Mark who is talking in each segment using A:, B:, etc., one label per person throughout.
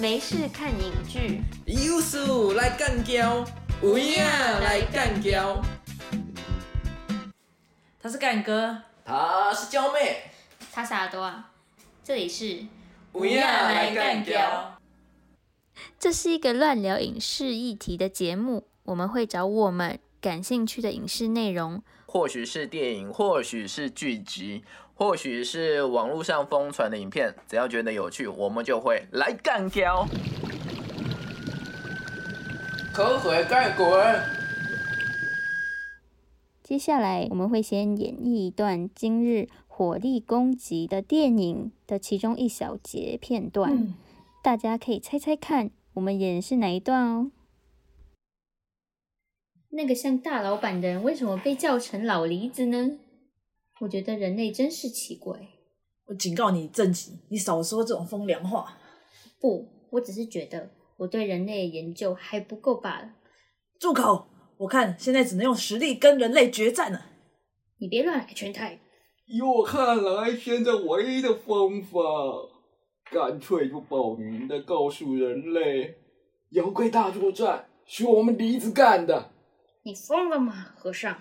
A: 没事看影剧，
B: 有事来干胶，有影来干胶。
C: 他是干哥，
B: 她是娇妹，
A: 他啥多啊？这里是，
B: 有影来干胶。
A: 这是一个乱聊影视议题的节目，我们会找我们感兴趣的影视内容。
D: 或许是电影，或许是剧集，或许是网络上疯传的影片，只要觉得有趣，我们就会来干掉。
B: 口水盖滚！
A: 接下来我们会先演绎一段今日火力攻击的电影的其中一小节片段，大家可以猜猜看我们演的是哪一段哦。那个像大老板的人为什么被叫成老梨子呢？我觉得人类真是奇怪。
C: 我警告你正极，你少说这种风凉话。
A: 不，我只是觉得我对人类的研究还不够罢了。
C: 住口！我看现在只能用实力跟人类决战了。
A: 你别乱来全台。
E: 以我看来，现在唯一的方法，干脆就报名的告诉人类，妖怪大作战是我们梨子干的。
A: 你疯了吗，和尚？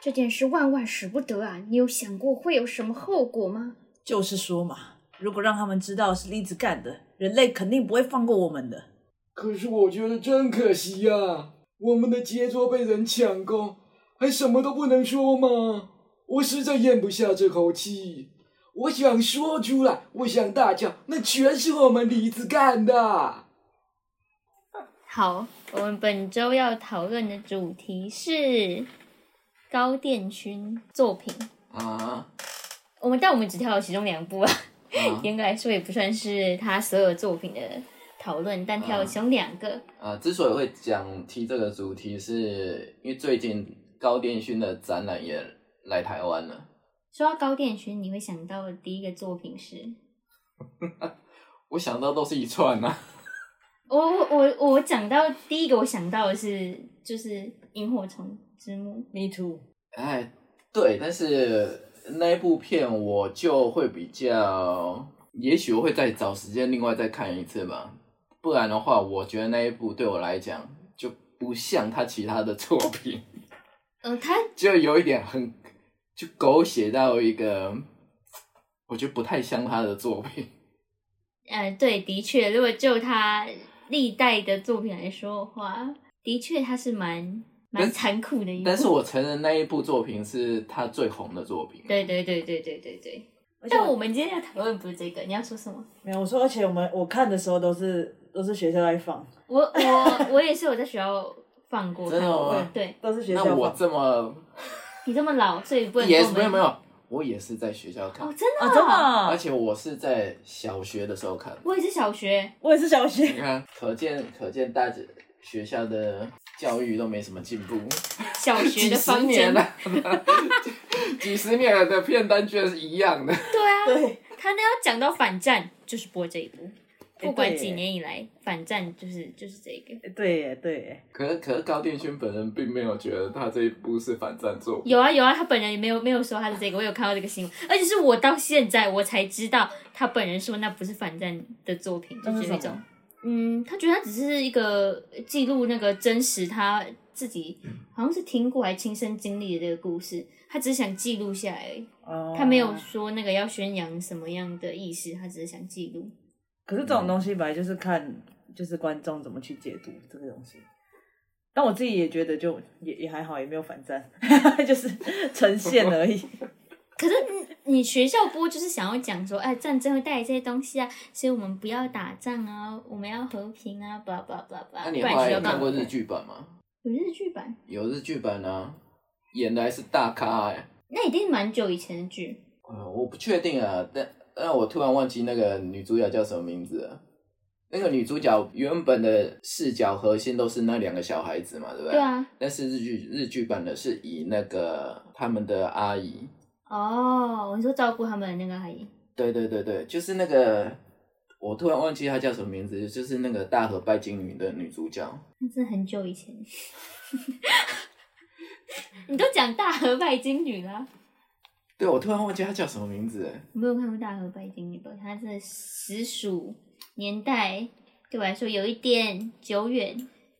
A: 这件事万万使不得啊！你有想过会有什么后果吗？
C: 就是说嘛，如果让他们知道是栗子干的，人类肯定不会放过我们的。
E: 可是我觉得真可惜呀、我们的杰作被人抢光，还什么都不能说吗？我实在咽不下这口气，我想说出来，我想大叫，那全是我们李子干的。
A: 好，我们本周要讨论的主题是高电勋作品。
B: 啊
A: 我们但我们只挑了其中两部啊，
B: 啊
A: 严格来说也不算是他所有作品的讨论，但挑了其中两个。
B: 啊！之所以会讲提这个主题是，因为最近高电勋的展览也来台湾了。
A: 说到高电勋，你会想到的第一个作品是？
B: 我想到都是一串啊，
A: 我我我我讲到第一个，我想到的是就是《萤火虫之墓》。
C: Me too。
B: 哎，对，但是那一部片我就会比较，也许我会再找时间另外再看一次吧，不然的话，我觉得那一部对我来讲就不像他其他的作品，
A: 嗯，他
B: 就有一点很就狗血到一个，我觉得不太像他的作品。
A: 呃，对，的确，如果就他历代的作品来说的话，的确他是蛮蛮
B: 但
A: 残酷的一部。
B: 但是我承认那一部作品是他最红的作品。
A: 对对对对对对对。
C: 而且
A: 但我们今天要讨论不是这个，你要说什么？
C: 没有我说，而且我们我看的时候都是都是学校在放，
A: 我我我也是有在学校放过
B: 真的
A: 他
B: 吗
A: 对
C: 都是学校
B: 那
C: 放。
B: 我这么
A: 你这么老，所以不能
B: 也
A: 跟
B: 是
A: 我
B: 没有
A: 们
B: 没有，我也是在学校看
A: 哦，。真的
C: 啊，
A: 哦、
C: 真的
B: 而
C: 啊，
B: 且我是在小学的时候看，
A: 我也是小学，
C: 我也是小
B: 你
C: 学，
B: 看，可见可见大家学校的教育都没什么进步，
A: 小学
B: 几
A: 的
B: 十
A: 方
B: 年
A: 针。
B: 了，几十年了的片单居然是一样的。
A: 对啊，
C: 对，
A: 他那要讲到反战，就是播这一部，
C: 哎
A: 不管
C: 对
A: 几
C: 耶
A: 年以来，反战就是就是这个。
C: 对耶，对耶，
B: 可是可是高电勋本人并没有觉得他这一部是反战作品，
A: 有啊有啊，他本人也没有没有说他是这个，我有看到这个新闻，而且是我到现在我才知道他本人说那不是反战的作品，就
C: 那是哦
A: 觉得一
C: 什么
A: 种，嗯，他觉得他只是一个记录那个真实他自己好像是听过还亲身经历的这个故事，他只是想记录下来而已，
C: 哦，
A: 他没有说那个要宣扬什么样的意识，他只是想记录。
C: 可是这种东西本来就是看，就是观众怎么去解读这个东西。但我自己也觉得就也也还好，也没有反战， 就是呈现而已。
A: 可是嗯你你学校播就是想要讲说，哎，战争会带来这些东西啊，所以我们不要打仗啊，我们要和平啊，巴拉巴拉巴拉巴拉。
B: 那你
A: 不然嗯
B: 后来
A: 学校
B: 有
A: 干
B: 看
A: 嘛
B: 过日剧版吗？
A: 有日剧版，
B: 有日剧版啊，演的还是大咖哎、
A: 那一定蛮久以前的剧。
B: 呃，我不确定啊，但但我突然忘记那个女主角叫什么名字了。那个女主角原本的视角核心都是那两个小孩子嘛，对不对？
A: 对。啊，
B: 但是日剧日剧版的是以那个他们的阿姨，
A: 哦，你说照顾他们的那个阿姨，
B: 对对对对，就是那个我突然忘记她叫什么名字，就是那个大和拜金女的女主角。
A: 那真的很久以前。 你都讲大河拜金女啦，
B: 对，我突然忘记她叫什么名字了。
A: 我没有看过大河拜金女吧？她这实属年代对我来说有一点久远。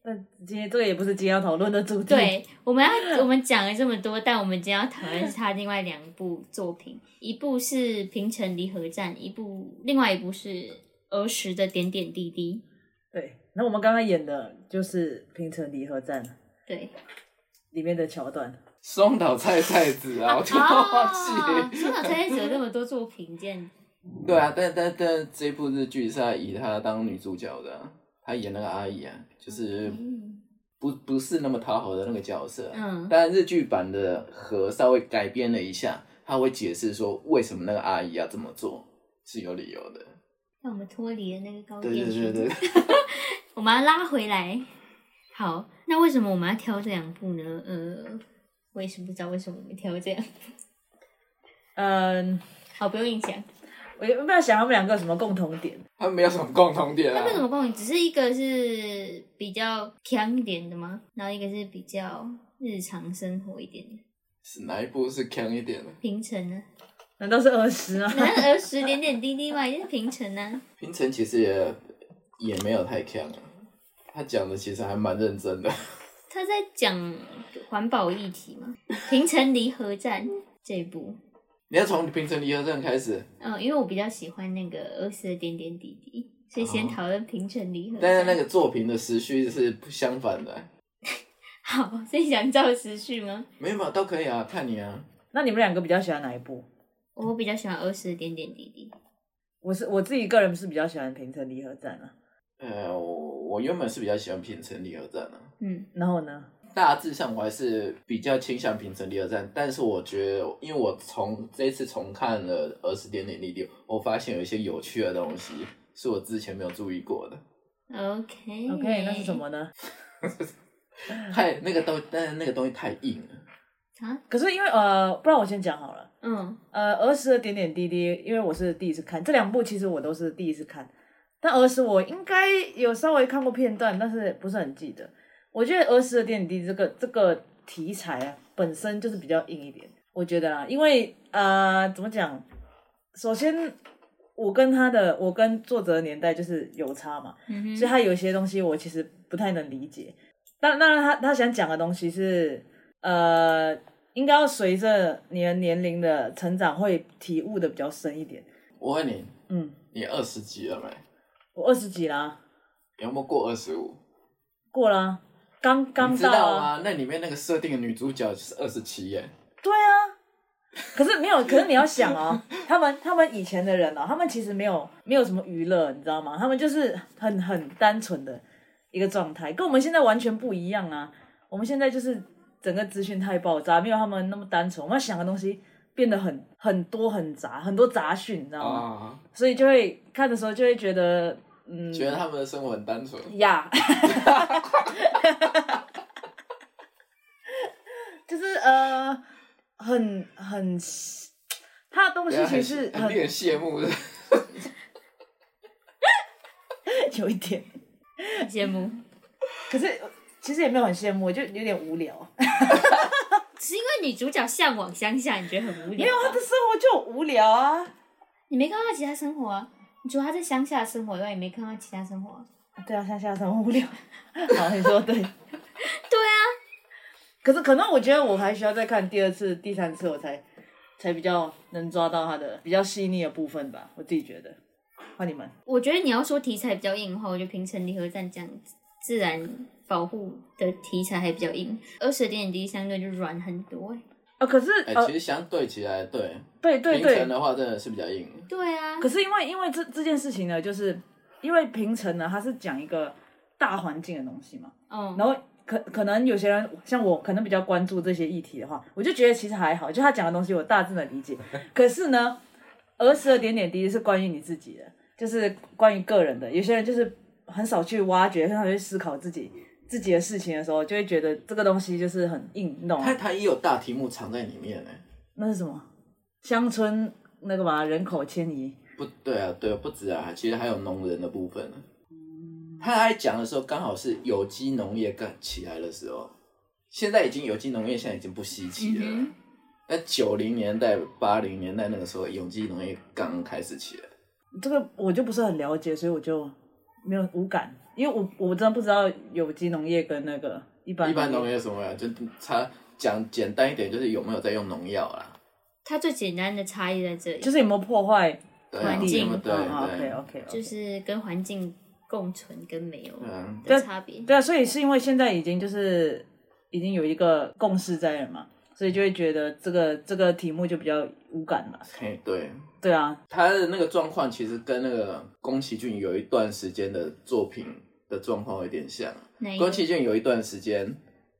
C: 那今天这个也不是今天要讨论的主题。，
A: 对，我们要我们讲了这么多，但我们今天要讨论是他另外两部作品，一部是《平城离合战》，一部另外一部是儿时的点点滴滴。
C: 对，那我们刚刚演的就是《平城离合战》
A: 对，
C: 里面的桥段。
B: 松岛菜菜子啊，我就忘
A: 啊，
B: 记。
A: 松岛菜菜子有那么多作品，见
B: 对啊，但但但这部日剧是他以她当女主角的啊，她演那个阿姨啊，就是
A: 嗯
B: 不不是那么讨好的那个角色啊。
A: 嗯
B: 但日剧版的和稍微改编了一下，他会解释说为什么那个阿姨要这么做，是有理由的。
A: 让我们脱离了那个高
B: 对
A: 点。
B: 对对对，
A: 我们要拉回来。好，那为什么我们要挑这两部呢？呃，我也是不知道为什么我们挑这样。
C: 嗯，
A: 好，不用硬讲，
C: 我有没有想他们两个有什么共同点？
B: 他们没有什么共同点
A: 他们怎
B: 啊。
A: 么共鸣？只是一个是比较强一点的吗？然后一个是比较日常生活一点的。
B: 是哪一部是强一点的？
A: 平成呢？
C: 难道是儿时吗？
A: 难道儿时点点滴滴吗？也是平成呢、
B: 平成其实也也没有太强啊，他讲的其实还蛮认真的。
A: 他在讲环保议题 嘛，《平成离合战》这一部。
B: 你要从平成离合战开始，
A: 嗯，因为我比较喜欢那个儿时的点点滴滴，所以先
B: 哦
A: 讨论平成离合
B: 但
A: 战。
B: 是哦那个作品的时序是不相反的。
A: 好，所以想照时序吗？
B: 没有嘛，都可以啊，看你啊。
C: 那你们两个比较喜欢哪一部？
A: 我比较喜欢儿时的点点滴滴。
C: 我是我自己个人是比较喜欢《平城离合战》啊。
B: 呃，我我原本是比较喜欢平成离合战啊，
A: 嗯，
C: 然后呢？
B: 大致上我还是比较倾向平成第二战，但是我觉得，因为我从这一次重看了《二十点点滴滴》，我发现有一些有趣的东西是我之前没有注意过 的。
A: OK
C: OK，那是什么呢？
B: 太那个东，但是那个东西太硬了。
A: 啊？
C: 可是因为呃，不然我先讲好了。
A: 嗯
C: 呃，儿时的点点滴滴，因为我是第一次看这两部，其实我都是第一次看。但儿时我应该有稍微看过片段，但是不是很记得。我觉得儿时的点点滴滴这个这个题材啊，本身就是比较硬一点，我觉得啦，因为呃，怎么讲？首先，我跟他的，我跟作者的年代就是有差嘛，
A: 嗯
C: 所以
A: 哼，
C: 他有些东西我其实不太能理解。当当然他，他想讲的东西是，呃，应该要随着你的年龄的成长会体悟的比较深一点。
B: 我问你，
C: 嗯，
B: 你二十级了没？
C: 我二十几啦，
B: 有没有过二十五？
C: 过啦，刚刚
B: 你知
C: 到
B: 道
C: 啊，
B: 吗？那里面那个设定的女主角就是二十七耶。
C: 对啊。可是没有，可是你要想哦，他们他们以前的人哦，他们其实没有没有什么娱乐，你知道吗？他们就是很很单纯的一个状态，跟我们现在完全不一样啊。我们现在就是整个资讯太爆炸，没有他们那么单纯，我们想的东西变得很很多很杂，很多杂讯，你知道吗？
B: 啊，
C: 所以就会看的时候就会觉得，嗯，
B: 觉得他们的生活很单纯。
C: 呀， 就是呃，很很，他的东西
B: 等一下
C: 其实
B: 啊 很令
C: 很
B: 人羡慕的。
C: 有一点，
A: 羡慕，
C: 可是呃其实也没有很羡慕，就有点无聊，
A: 只是因为女主角向往乡下，你觉得很无
C: 因
A: 聊
C: 为
A: 吧？
C: 啊他的生活就无聊啊。
A: 你没看到她其他生活啊？你除了她在乡下生活以外，也没看到其他生活啊、
C: 对啊，乡下生活无聊。 好，你说 对。
A: 对啊，
C: 可是可能我觉得我还需要再看第二次、第三次，我才才比较能抓到他的比较细腻的部分吧。我自己觉得，换你们。
A: 我觉得你要说题材比较硬的话，我就平成离合战这样子自然保护的题材还比较硬，二十点点滴滴相对就软很多、欸。
C: 啊，可是
B: 哎、
C: 呃
B: 其，实相对起来，对，
C: 对对
B: 平
C: 对
B: 成，的话真的是比较硬。
A: 对啊，
C: 可是因为因为这这件事情呢，就是因为平城呢，它是讲一个大环境的东西嘛，
A: 嗯，
C: 然后可可能有些人像我，可能比较关注这些议题的话，我就觉得其实还好，就他讲的东西我大致能理 解。可是呢，儿时的点点滴滴是关于你自己的，就是关于个人的。有些人就是很少去挖掘，很少去思考自己自己的事情的时候，就会觉得这个东西就是很硬，你懂
B: 它
C: 吗？
B: 它也有大题目藏在里面呢、
C: 那是什么？乡村那个嘛，人口迁移。
B: 不对啊，对啊，不止啊，其实还有农人的部分呢、他在讲的时候，刚好是有机农业刚起来的时候，现在已经有机农业现在已经不稀奇了。
A: 嗯
B: 那九零年代、八零年代那个时候，有机农业刚开始起来，
C: 这个我就不是很了解，所以我就没有无感，因为我我真的不知道有机农业跟那个一般
A: 啊
B: 一般农业什么呀，就差讲简单一点，就是有没有在用农药啦。
A: 它最简单的差异在这里，
C: 就是有没有破坏
B: 对啊
A: 环境哦
B: 对对
C: ？OK
B: 对，
C: OK，
A: 就是跟环境共存跟没有
B: 嗯，
A: 的差别。
C: 对啊，所以是因为现在已经就是已经有一个共识在了嘛，所以就会觉得这个这个题目就比较无感了。
B: 嘿，对，
C: 对啊，
B: 他的那个状况其实跟那个宫崎骏有一段时间的作品的状况有点像。
A: 哪一个
B: 宫崎骏有一段时间，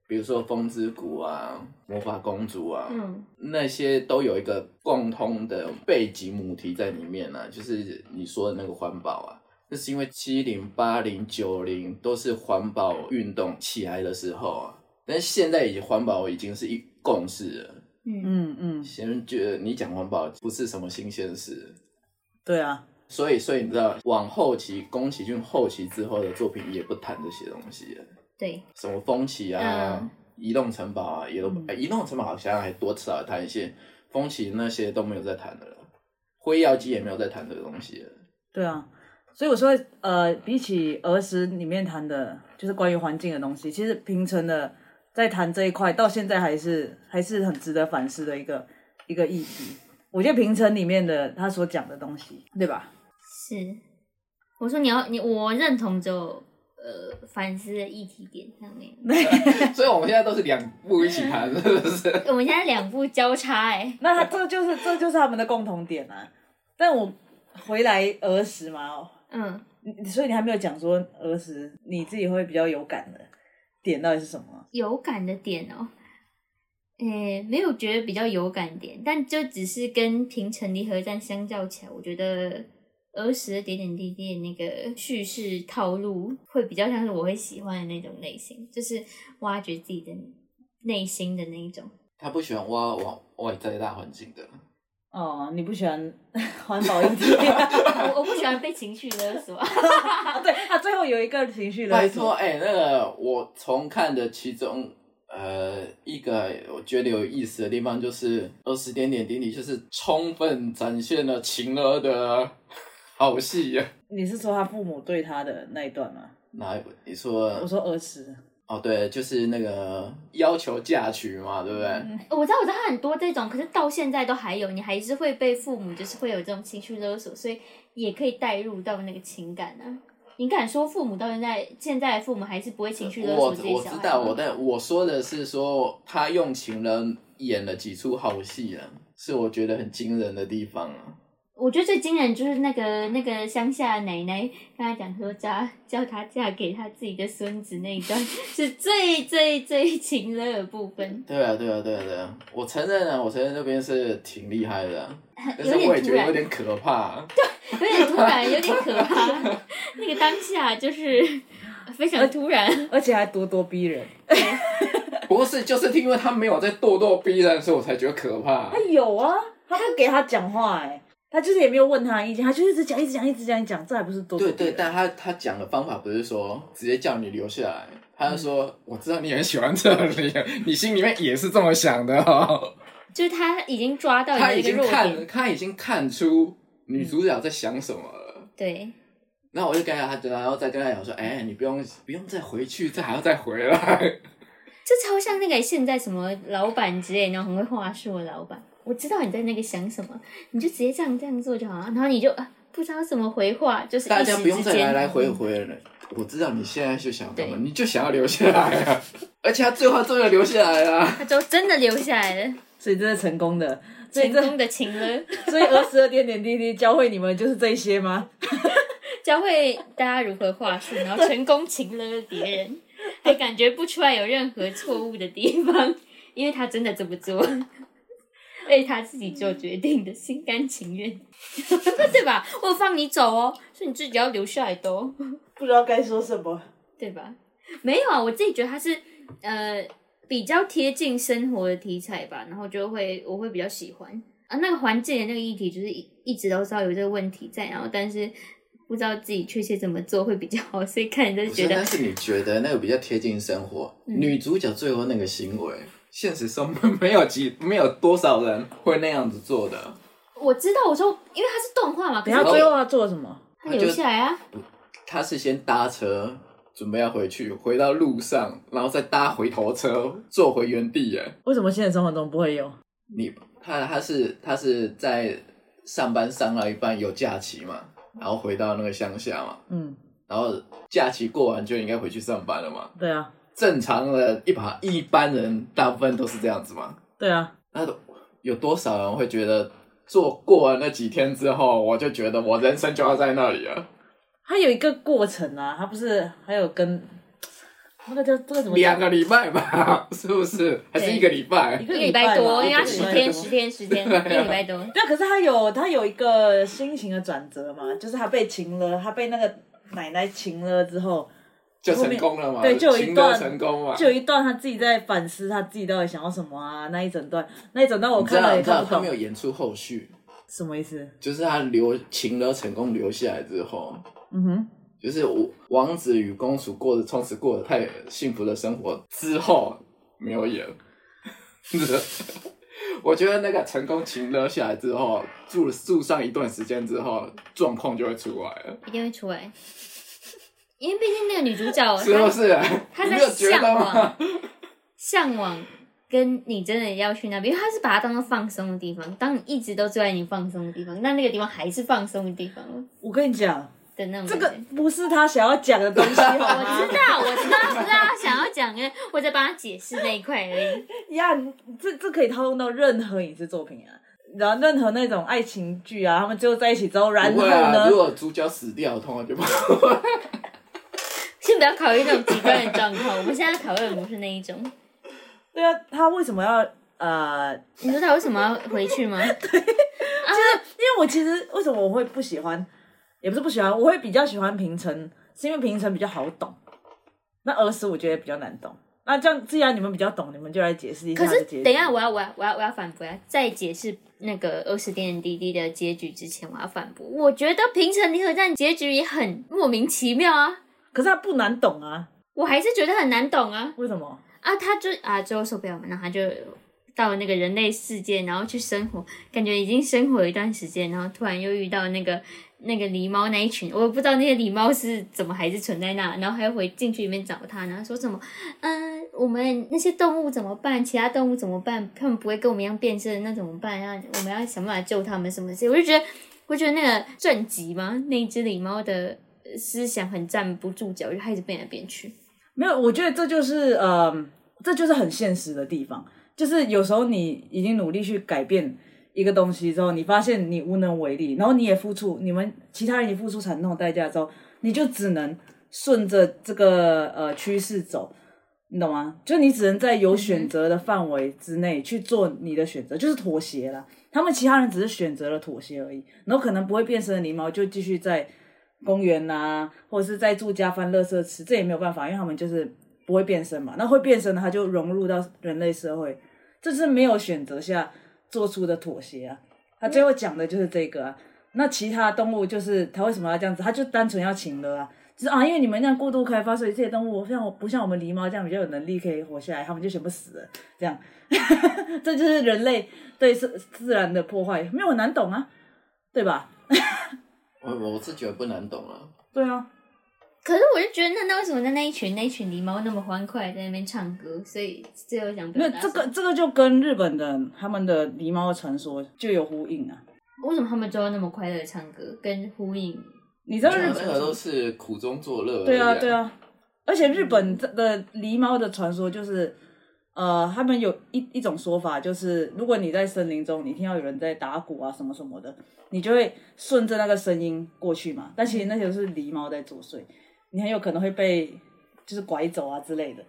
B: 比如说《风之谷》啊，《魔法公主》啊，
A: 嗯，
B: 那些都有一个共通的背景母题在里面呢、啊，就是你说的那个环保啊。那是因为七零、八零、九零都是环保运动起来的时候啊，但是现在已经环保已经是一共识了。
A: 嗯
C: 嗯嗯，
B: 先觉得你讲环保不是什么新鲜事，
C: 对啊，
B: 所以，所以你知道，往后期宫崎骏后期之后的作品也不谈这些东西了，
A: 对，
B: 什么风起啊、
A: 嗯
B: 移动城堡啊，也都、
C: 嗯
B: 哎移动城堡好像还多少谈一些，风起那些都没有在谈的了，辉耀姬也没有在谈这个东西了。
C: 对啊。所以我说，呃，比起儿时里面谈的，就是关于环境的东西，其实平成的在谈这一块，到现在还是还是很值得反思的一个一个议题。我觉得平成里面的他所讲的东西，对吧？
A: 是。我说你要你，我认同只有呃反思的议题点上面。
B: 所以我们现在都是两部一起谈，是不是？
A: 我们现在两部交叉哎、
C: 那他这就是这就是他们的共同点啊。但我回来儿时嘛，
A: 嗯，
C: 你所以你还没有讲说儿时你自己会比较有感的点到底是什么？
A: 有感的点哦、诶、没有觉得比较有感点，但就只是跟平成离合战相较起来，我觉得儿时的点点滴滴的那个叙事套路会比较像是我会喜欢的那种类型，就是挖掘自己的内心的那一种。
B: 他不喜欢挖往外在大环境的，
C: 哦，你不喜欢 环保议题
A: 我我不喜欢被情绪勒索。
C: 啊？ 对，他最后有一个情绪勒
B: 拜托，
C: 索，
B: 哎、那个我重看的其中呃一个我觉得有意思的地方就是二十点点滴滴，就是充分展现了晴儿的好戏啊呀、
C: 你是说他父母对他的那一段吗？
B: 哪一部？你说
C: 我说儿时，
B: 哦，对，就是那个要求嫁娶嘛，对不对？
A: 我知道，我知道他很多这种，可是到现在都还有，你还是会被父母就是会有这种情绪勒索，所以也可以带入到那个情感啊。你敢说父母到现在，现在的父母还是不会情绪勒索
B: 我
A: 自己
B: 我
A: 小
B: 知
A: 孩吗？
B: 道，我但我说的是说他用情人演了几出好戏啊，是我觉得很惊人的地方啊。
A: 我觉得最惊人就是那个那个乡下奶奶跟他讲说嫁叫他嫁给他自己的孙子那一段，是最最最情勒的部分，
B: 对啊，对啊，对啊，对啊！我承认啊，我承认那边是挺厉 害的啊，但是
A: 有点
B: 我也
A: 突
B: 觉得
A: 然
B: 有点可怕啊。
A: 有点突然，有点可怕。那个当下就是 非常突然。
C: 而且还咄咄逼人。
B: 不是，就是因为他没有在咄咄逼人，所以我才觉得可怕
A: 哎
C: 他。有啊，他不给他讲话哎、他就是也没有问他意见，他就一直讲，一直讲，一直讲，一直讲，这还不是多
B: 对对，但他他讲的方法不是说直接叫你留下来，他是说、
A: 嗯
B: 我知道你很喜欢这里，啊你心里面也是这么想的哦。
A: 就是他已经抓到
B: 他
A: 你
B: 已
A: 的一
B: 经
A: 个弱
B: 看
A: 点，嗯
B: 他已经看出女主角在想什么了。
A: 对，
B: 然后我就跟他，然后再跟他讲说，哎、你不用不用再回去，这还要再回来。
A: 这超像那个现在什么老板之类那种很会话术的老板，我知道你在那个想什么，你就直接这样这样做就好了，然后你就、啊、不知道怎么回话，就是
B: 大
A: 一
B: 家
A: 时
B: 不用
A: 之
B: 再来
A: 间嗯
B: 来回回了。我知道你现在就想干嘛，
A: 对
B: 你就想要留下来啊！ 而且他最后真的留下来了、啊
A: 他就真的留下来了，
C: 所以这是成功的，所以
A: 成
C: 这
A: 功的情了，
C: 所以儿时的点点滴滴教会你们就是这些吗？
A: 教会大家如何话术，然后成功情了别人，还感觉不出来有任何错误的地方，因为他真的这么做。 而且他自己做决定的，心甘情愿， 对吧？我有放你走哦，是你自己要留下来的哦。
C: 不知道该说什么。
A: 对吧？没有啊，我自己觉得它是呃比较贴近生活的题材吧，然后就会我会比较喜欢啊。那个环境的那个议题，就是一一直都知道有这个问题在，然后但是不知道自己确切怎么做会比较好，所以看人就觉
B: 不是，
A: 得 嗯
B: 但是你觉得那个比较贴近生活？女主角最后那个行为，现实中没有几没有多少人会那样子做的。
A: 我知道，我说因为它是动画嘛，可
C: 等
A: 是
C: 一下
A: 它
C: 最后他做了什么？
A: 留下来啊，
B: 他是先搭车，准备要回去，回到路上，然后再搭回头车，坐回原地耶。
C: 为什么现实生活中不会有？
B: 你他他是他是在上班上到一半有假期嘛，然后回到那个乡下嘛，
C: 嗯，
B: 然后假期过完就应该回去上班了嘛。
C: 对啊，
B: 正常的一把一般人大部分都是这样子嘛。
C: 对啊，
B: 那有多少人会觉得做过完那几天之后，我就觉得我人生就要在那里了？
C: 它有一个过程啊，它不是还有跟那个叫这个怎么讲
B: 两个礼拜吧， 是不是？还是一个礼拜
A: 一？个礼拜多，因为它十天、十天、
C: 天。
A: 十天，一个礼拜多。
C: 对啊，可是他有他有一个心情的转折嘛，就是他被擒了，他被那个奶奶擒了之后，
B: 就成功了嘛？
C: 对就有一
B: 行得
C: 段
B: 成功嘛？
C: 就有一段他自己在反思他自己到底想要什么啊，那一整段那一整段我
B: 你知
C: 看了
B: 道，
C: 也
B: 你知
C: 看
B: 道
C: 不
B: 他没有
C: 懂，
B: 演出后续，
C: 什么意思？
B: 就是他留情了成功留下来之后，
C: 嗯哼，
B: 就是我王子与公主过的从此过得太幸福的生活之后没有演。 我觉得那个成功情勒下来之后，住住上一段时间之后，状况就会出来了，
A: 一定会出来， 因为毕竟那个女主 角
B: 是不
A: 她
B: 是？
A: 她
B: 你
A: 在
B: 没有觉
A: 向
B: 得吗
A: 往？向往跟你真的要去那边，因为她是把它当做放松的地方。当你一直都住在你放松的地方，那那个地方还是放松的地方
C: 我跟你讲，
A: 的那种感觉。
C: 这个不是他想要讲的东西好
A: 我
C: 吗
A: 知？道，我知道，我知道她想要讲的，我在帮她解释那一块而已。
C: 呀，你这这可以套用到任何影视作品啊。然后任何那种爱情剧啊，他们最后在一起之后，然
B: 不
C: 后
B: 会
C: 呢
B: 啊，如？果主角死掉，通常就不
A: 先不要考虑那种极端的状况，我们现在考虑的不是那一种。
C: 对啊，他为什么要呃
A: 你说她为什么要回去 吗？
C: 因为我其实为什么我会不喜欢，也不是不喜欢，我会比较喜欢平成，是因为平成比较好懂。那儿时我觉得比较难懂。那这样，既然你们比较懂，你们就来解释一下
A: 可
C: 它的
A: 是
C: 结局。
A: 等一下，我要我要我要我要反驳啊！在解释那个《二十点点滴滴》的结局之前，我要反驳。我觉得《平成离合战》结局也很莫名其妙啊，
C: 可是它不难懂啊？
A: 我还是觉得很难懂啊
C: 为什么？
A: 啊！他就啊最后受不了嘛，然后他就到那个人类世界，然后去生活，感觉已经生活一段时间，然后突然又遇到那个那个狸猫那一群，我不知道那些狸猫是怎么还是存在那，然后还回进去里面找他，然后说什么，嗯，我们那些动物怎么办？其他动物怎么办？他们不会跟我们一样变身，那怎么办？那我们要想办法救他们什么之类。我就觉得，我觉得那个正极嘛，那一只狸猫的呃思想很站不住脚，就开始变来变去。
C: 没有，我觉得这就是呃，这就是很现实的地方，就是有时候你已经努力去改变一个东西之后，你发现你无能为力，然后你也付出，你们其他人也付出惨痛的代价之后，你就只能顺着这个呃趋势走。你懂吗？就你只能在有选择的范围之内去做你的选择，就是妥协啦。他们其他人只是选择了妥协而已，然后可能不会变身的狸猫就继续在公园呐、或者是在住家翻垃圾吃，这也没有办法，因为他们就是不会变身嘛。那会变身的，他就融入到人类社会，这是没有选择下做出的妥协啊。他最后讲的就是这个啊。那其他动物就是他为什么要这样子？他就单纯要请了啊，就是啊，因为你们那样过度开发，所以这些动物像我不像我们狸猫这样比较有能力可以活下来，他们就全部死了。这样， 这就是人类对自自然的破坏，没有很难懂啊，对吧？
B: 我我是觉得不难懂了。
C: 对啊，
A: 可是我就觉得，那那为什么在那一群那一群狸猫那么欢快在那边唱歌？所以最后想
C: 那
A: 表达
C: 这个
A: 什么
C: 这个就跟日本的他们的狸猫传说就有呼应啊。
A: 为什么他们都要那么快乐地唱歌，跟呼应
C: 你知道日
B: 啊这
C: 本
B: 个都是苦中作乐而已。
C: 对啊对啊，而且日本这的狸猫的传说就是，呃，他们有一一种说法，就是如果你在森林中，你听到有人在打鼓啊什么什么的，你就会顺着那个声音过去嘛。但其实那些都是狸猫在作祟，你很有可能会被就是拐走啊之类的。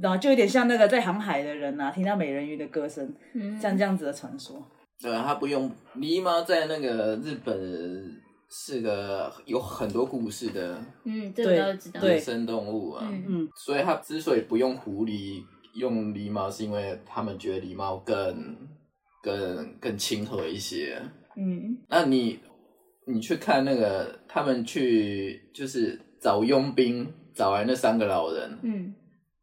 C: 然后就有点像那个在航海的人啊，听到美人鱼的歌声，
A: 嗯
C: 像这样子的传说。
B: 对啊，他不用狸猫在那个日本是个有很多故事的
A: 嗯，这个
C: 对
A: 都知道。
C: 对
B: 野生动物啊，
A: 嗯
C: 嗯，
B: 所以他之所以不用狐狸，用狸猫，是因为他们觉得狸猫更更更亲和一些。
A: 嗯，
B: 那你你去看那个他们去就是找佣兵找来那三个老人，
A: 嗯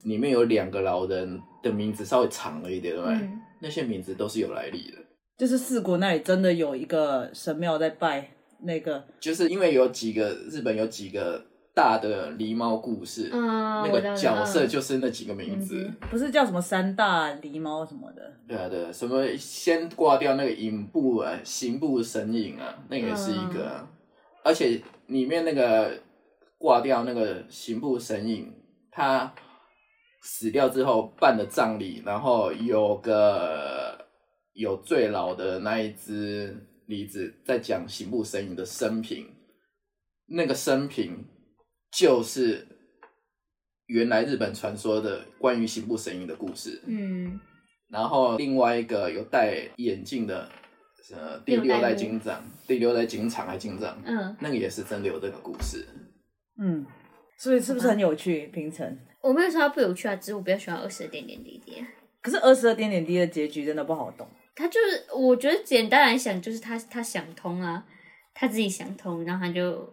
B: 里面有两个老人的名字稍微长了一点，对不对？
A: 嗯
B: 那些名字都是有来历的。
C: 就是四国那里真的有一个神庙在拜那个
B: 就是因为有几个日本有几个大的狸猫故事，
A: 嗯，
B: 那
A: 我知道
B: 个角色
A: 嗯
B: 就是那几个名字。
A: 嗯
C: 不是叫什么三大狸猫什么的，
B: 对啊，对啊，什么先挂掉那个影部啊，刑部神影啊，那个也是一个、啊，而且里面那个挂掉那个刑部神影，他死掉之后办的葬礼，然后有个有最老的那一只梨子在讲刑部神影的生平，那个生平就是原来日本传说的关于刑部神影的故事。
A: 嗯，
B: 然后另外一个有戴眼镜的，呃，第六代警长，第六代警长还警长，
A: 嗯，
B: 那个也是真的有这个故事。
C: 嗯，所以是不是很有趣？平成，
A: 我没有说它不有趣啊，只是我比较喜欢二十的点点滴滴啊。
C: 可是二十二点点滴的结局真的不好懂。
A: 他就是，我觉得简单来想，就是他他想通啊，他自己想通，然后他就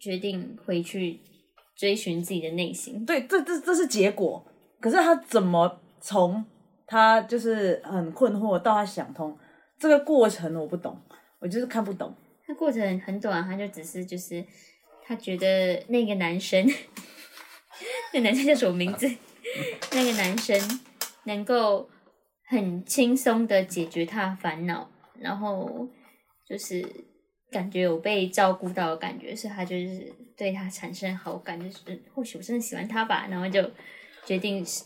A: 决定回去追寻自己的内心。
C: 对，这这这是结果。可是他怎么从他就是很困惑到他想通，这个过程我不懂，我就是看不懂。
A: 那过程很短，他就只是就是他觉得那个男生， 那男生叫什么名 字？那个男生能够很轻松的解决他的烦恼，然后就是感觉有被照顾到的感觉，所以他就是对他产生好感，就是嗯或许我真的喜欢他吧，然后就决定是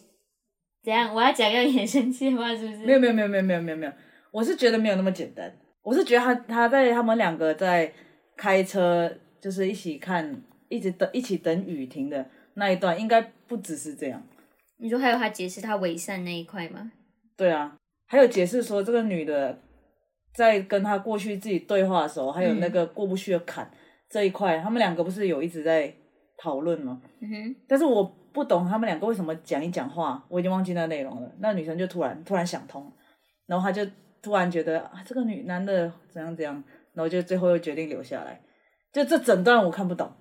A: 怎样？我要讲要眼神计划是不是？
C: 没有没有没有没有没有没有没有，我是觉得没有那么简单。我是觉得他他在他们两个在开车，就是一起看，一直等一起等雨停的那一段，应该不只是这样。
A: 你说还有他解释他伪善那一块吗？
C: 对啊，还有解释说这个女的在跟她过去自己对话的时候，还有那个过不去的坎、这一块，他们两个不是有一直在讨论吗？
A: 嗯哼，
C: 但是我不懂他们两个为什么讲一讲话，我已经忘记那内容了。那女生就突然突然想通，然后她就突然觉得啊，这个女男的怎样怎样，然后就最后又决定留下来。就这整段我看不懂，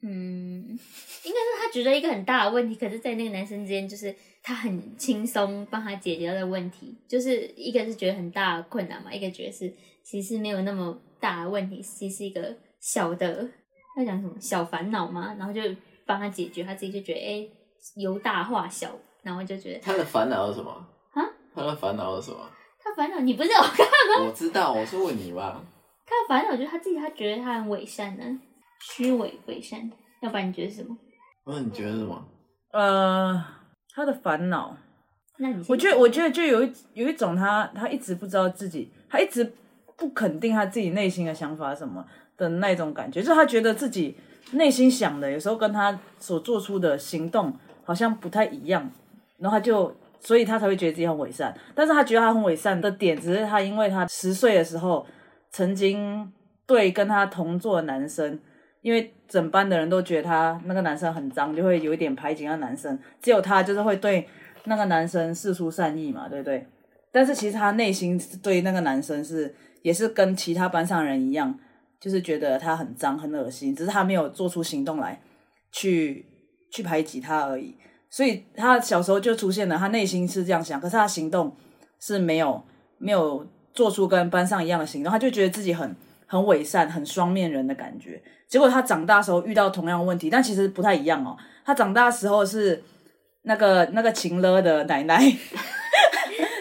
A: 嗯，应该是他觉得一个很大的问题，可是，在那个男生之间，就是他很轻松帮他解决了问题，就是一个是觉得很大的困难嘛，一个觉得是其实没有那么大的问题，其实是一个小的，要讲什么小烦恼嘛，然后就帮他解决，他自己就觉得哎、诶由大化小，然后就觉得
B: 他的烦恼是什么？
A: 啊？
B: 他的烦恼是什么？
A: 他烦恼，你不是 有看
B: 我知道，我是问你吧。
A: 他的烦恼，就是他自己，他觉得他很伪善呢、虚伪伪善，要不然你觉得是什么？
B: 不是你觉得是什么？
C: 呃，她的烦恼，
A: 那你
C: 我觉得，我觉得就有一有一种他，他一直不知道自己，他一直不肯定他自己内心的想法是什么的那种感觉，就是他觉得自己内心想的，有时候跟他所做出的行动好像不太一样，然后他就，所以他才会觉得自己很伪善。但是他觉得他很伪善的点，只是他因为他十岁的时候曾经对跟他同座的男生，因为整班的人都觉得他那个男生很脏，就会有一点排挤那男生，只有他就是会对那个男生事出善意嘛，对不对？但是其实他内心是对那个男生是也是跟其他班上人一样，就是觉得他很脏很恶心，只是他没有做出行动来去去排挤他而已。所以他小时候就出现了，他内心是这样想，可是他行动是没有没有做出跟班上一样的行动，他就觉得自己很很伪善、很双面人的感觉。结果他长大的时候遇到同样的问题，但其实不太一样哦。他长大的时候是那个那个情勒的奶奶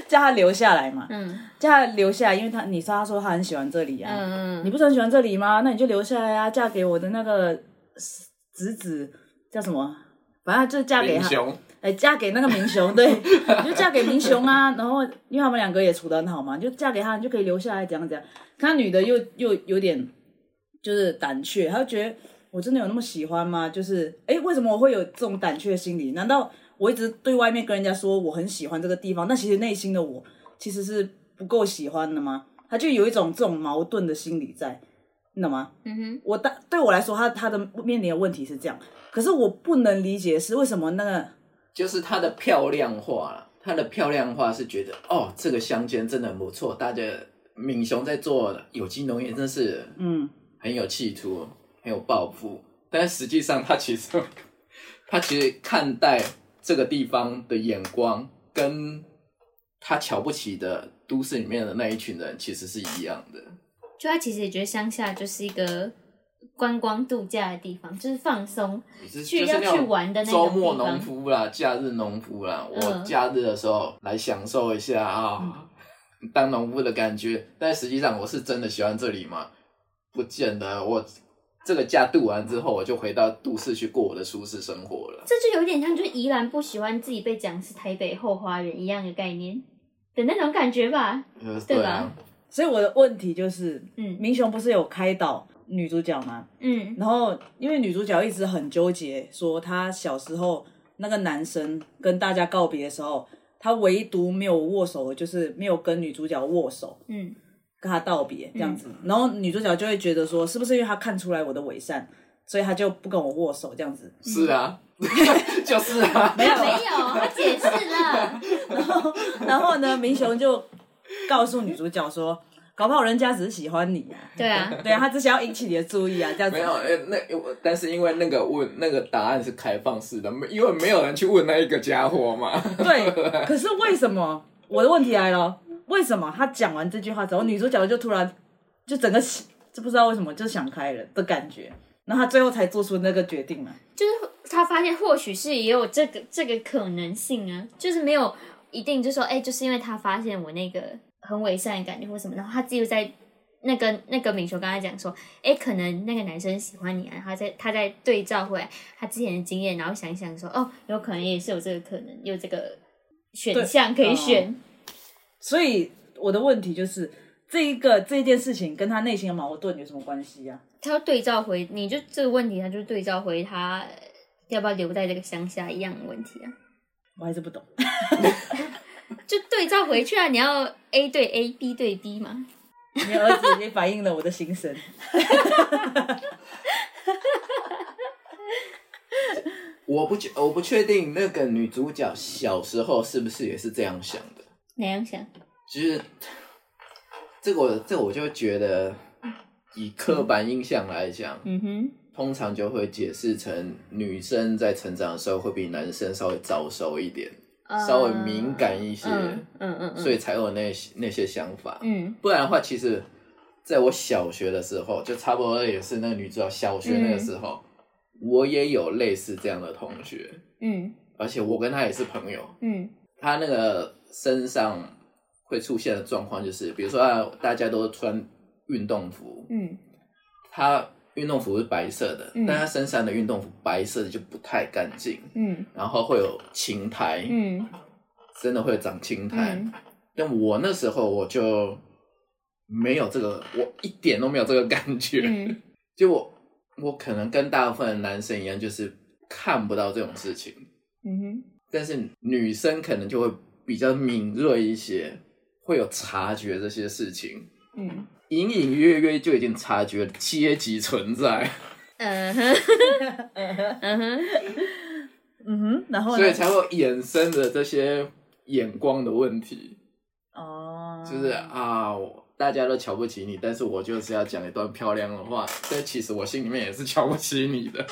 C: 叫他留下来嘛，
A: 嗯
C: 叫他留下来，因为他你说他说他很喜欢这里啊，
A: 嗯
C: 你
A: 嗯，
C: 不是很喜欢这里吗？那你就留下来啊，嫁给我的那个侄子叫什么？反正就嫁给
B: 林
C: 他，
B: 雄，
C: 哎，嫁给那个明雄，对，你就嫁给明雄啊。然后因为他们两个也处得很好嘛，你就嫁给他，你就可以留下来，怎样怎样。可那女的又又有点就是胆怯，她就觉得我真的有那么喜欢吗？就是哎，诶为什么我会有这种胆怯的心理？难道我一直对外面跟人家说我很喜欢这个地方，那其实内心的我其实是不够喜欢的吗？她就有一种这种矛盾的心理在，你懂吗？
A: 嗯哼，
C: 我的对我来说，她她的面临的问题是这样，可是我不能理解是为什么那个。
B: 就是她的漂亮化啦。她的漂亮化是觉得哦，这个乡间真的很不错，大家敏雄在做有机农业，真是
C: 嗯，
B: 很有企图，很有抱负，但实际上他 其实他其实看待这个地方的眼光，跟他瞧不起的都市里面的那一群人其实是一样的。
A: 就他其实也觉得乡下就是一个观光度假的地方，就是放松。
B: 你是
A: 去
B: 就是
A: 要
B: 那种
A: 去玩的那种
B: 周末
A: 地方
B: 农夫啦，假日农夫啦，
A: 嗯
B: 我假日的时候来享受一下啊，
A: 嗯
B: 当农夫的感觉。但实际上我是真的喜欢这里吗？不见得。我这个假度完之后，我就回到都市去过我的舒适生活了。
A: 这就有点像，就是宜兰不喜欢自己被讲是台北后花园一样的概念的那种感觉吧。
B: 呃
A: 对吧
B: 对啊，
C: 所以我的问题就是，
A: 嗯
C: 明雄不是有开导女主角吗？
A: 嗯
C: 然后因为女主角一直很纠结，说她小时候那个男生跟大家告别的时候，她唯独没有握手，就是没有跟女主角握手，
A: 嗯
C: 跟她道别这样子。然后女主角就会觉得说，是不是因为她看出来我的伪善，所以她就不跟我握手这样子？
B: 是啊， 就是啊，
C: 没有
A: 他没有，他解释了。
C: 然后呢，明雄就告诉女主角说，搞不好人家只是喜欢你啊，
A: 对啊，
C: 对啊，他只想要引起你的注意啊，这样 子
B: 没。有，呃那但是因为那个问那个答案是开放式的，没因为没有人去问那一个家伙嘛。
C: 对，可是为什么？我的问题来了，为什么他讲完这句话之后，女主角就突然就整个喜就不知道为什么就想开了的感觉，然后她最后才做出那个决定嘛。
A: 就是他发现或许是也有这个这个可能性啊，就是没有一定就说，哎、就是因为他发现我那个很伪善的感觉或什么，然后他自己在那个那个敏秀刚才讲说，哎、可能那个男生喜欢你啊，然后他在他在对照回来他之前的经验，然后想一想说，哦，有可能也是有这个可能，有这个选项可以选，
C: 所以我的问题就是，这一个这一件事情跟她内心的矛盾有什么关系啊呀、
A: 他要对照回，你就这个问题，他就对照回他呃要不要留在这个乡下一样的问题啊。
C: 我还 是不懂。
A: 就对照回去啊！你要 A 对 A，B 对 B 嘛？
C: 你儿子也反映了我的心声。
B: 我不确我不确定那个女主角小时候是不是也是这样想的，
A: 哪样想？
B: 就是这个我这个我就觉得，以刻板印象来讲，
A: 嗯哼，
B: 通常就会解释成女生在成长的时候会比男生稍微早熟一点，稍微敏感一些，
A: 呃嗯嗯嗯，
B: 所
A: 以
B: 以才有那些那些想法。
A: 嗯
B: 不然的话，其实在我小学的时候，就差不多也是那个女主角小学那个时候，我也有类似这样的同学，
A: 嗯
B: 而且我跟她也是朋友。
A: 嗯
B: 他那个身上会出现的状况就是，比如说啊大家都穿运动服，
A: 嗯
B: 他运动服是白色的，
A: 嗯
B: 但他身上的运动服白色的就不太干净，
A: 嗯
B: 然后会有青苔，
A: 嗯
B: 真的会长青苔。
A: 嗯
B: 但我那时候我就没有这个，我一点都没有这个感觉，
A: 嗯
B: 就我我可能跟大部分的男生一样，就是看不到这种事情。
A: 嗯哼，
B: 但是女生可能就会比较敏锐一些，会有察觉这些事情，
A: 嗯
B: 隐隐约约就已经察觉阶级存在，
A: 嗯哼， 嗯哼，
C: 嗯哼，然
A: 哦
C: 后呢
B: 所以才会衍生的这些眼光的问题，
C: 哦，
B: 就是啊，我大家都瞧不起你，但是我就是要讲一段漂亮的话，但其实我心里面也是瞧不起你的，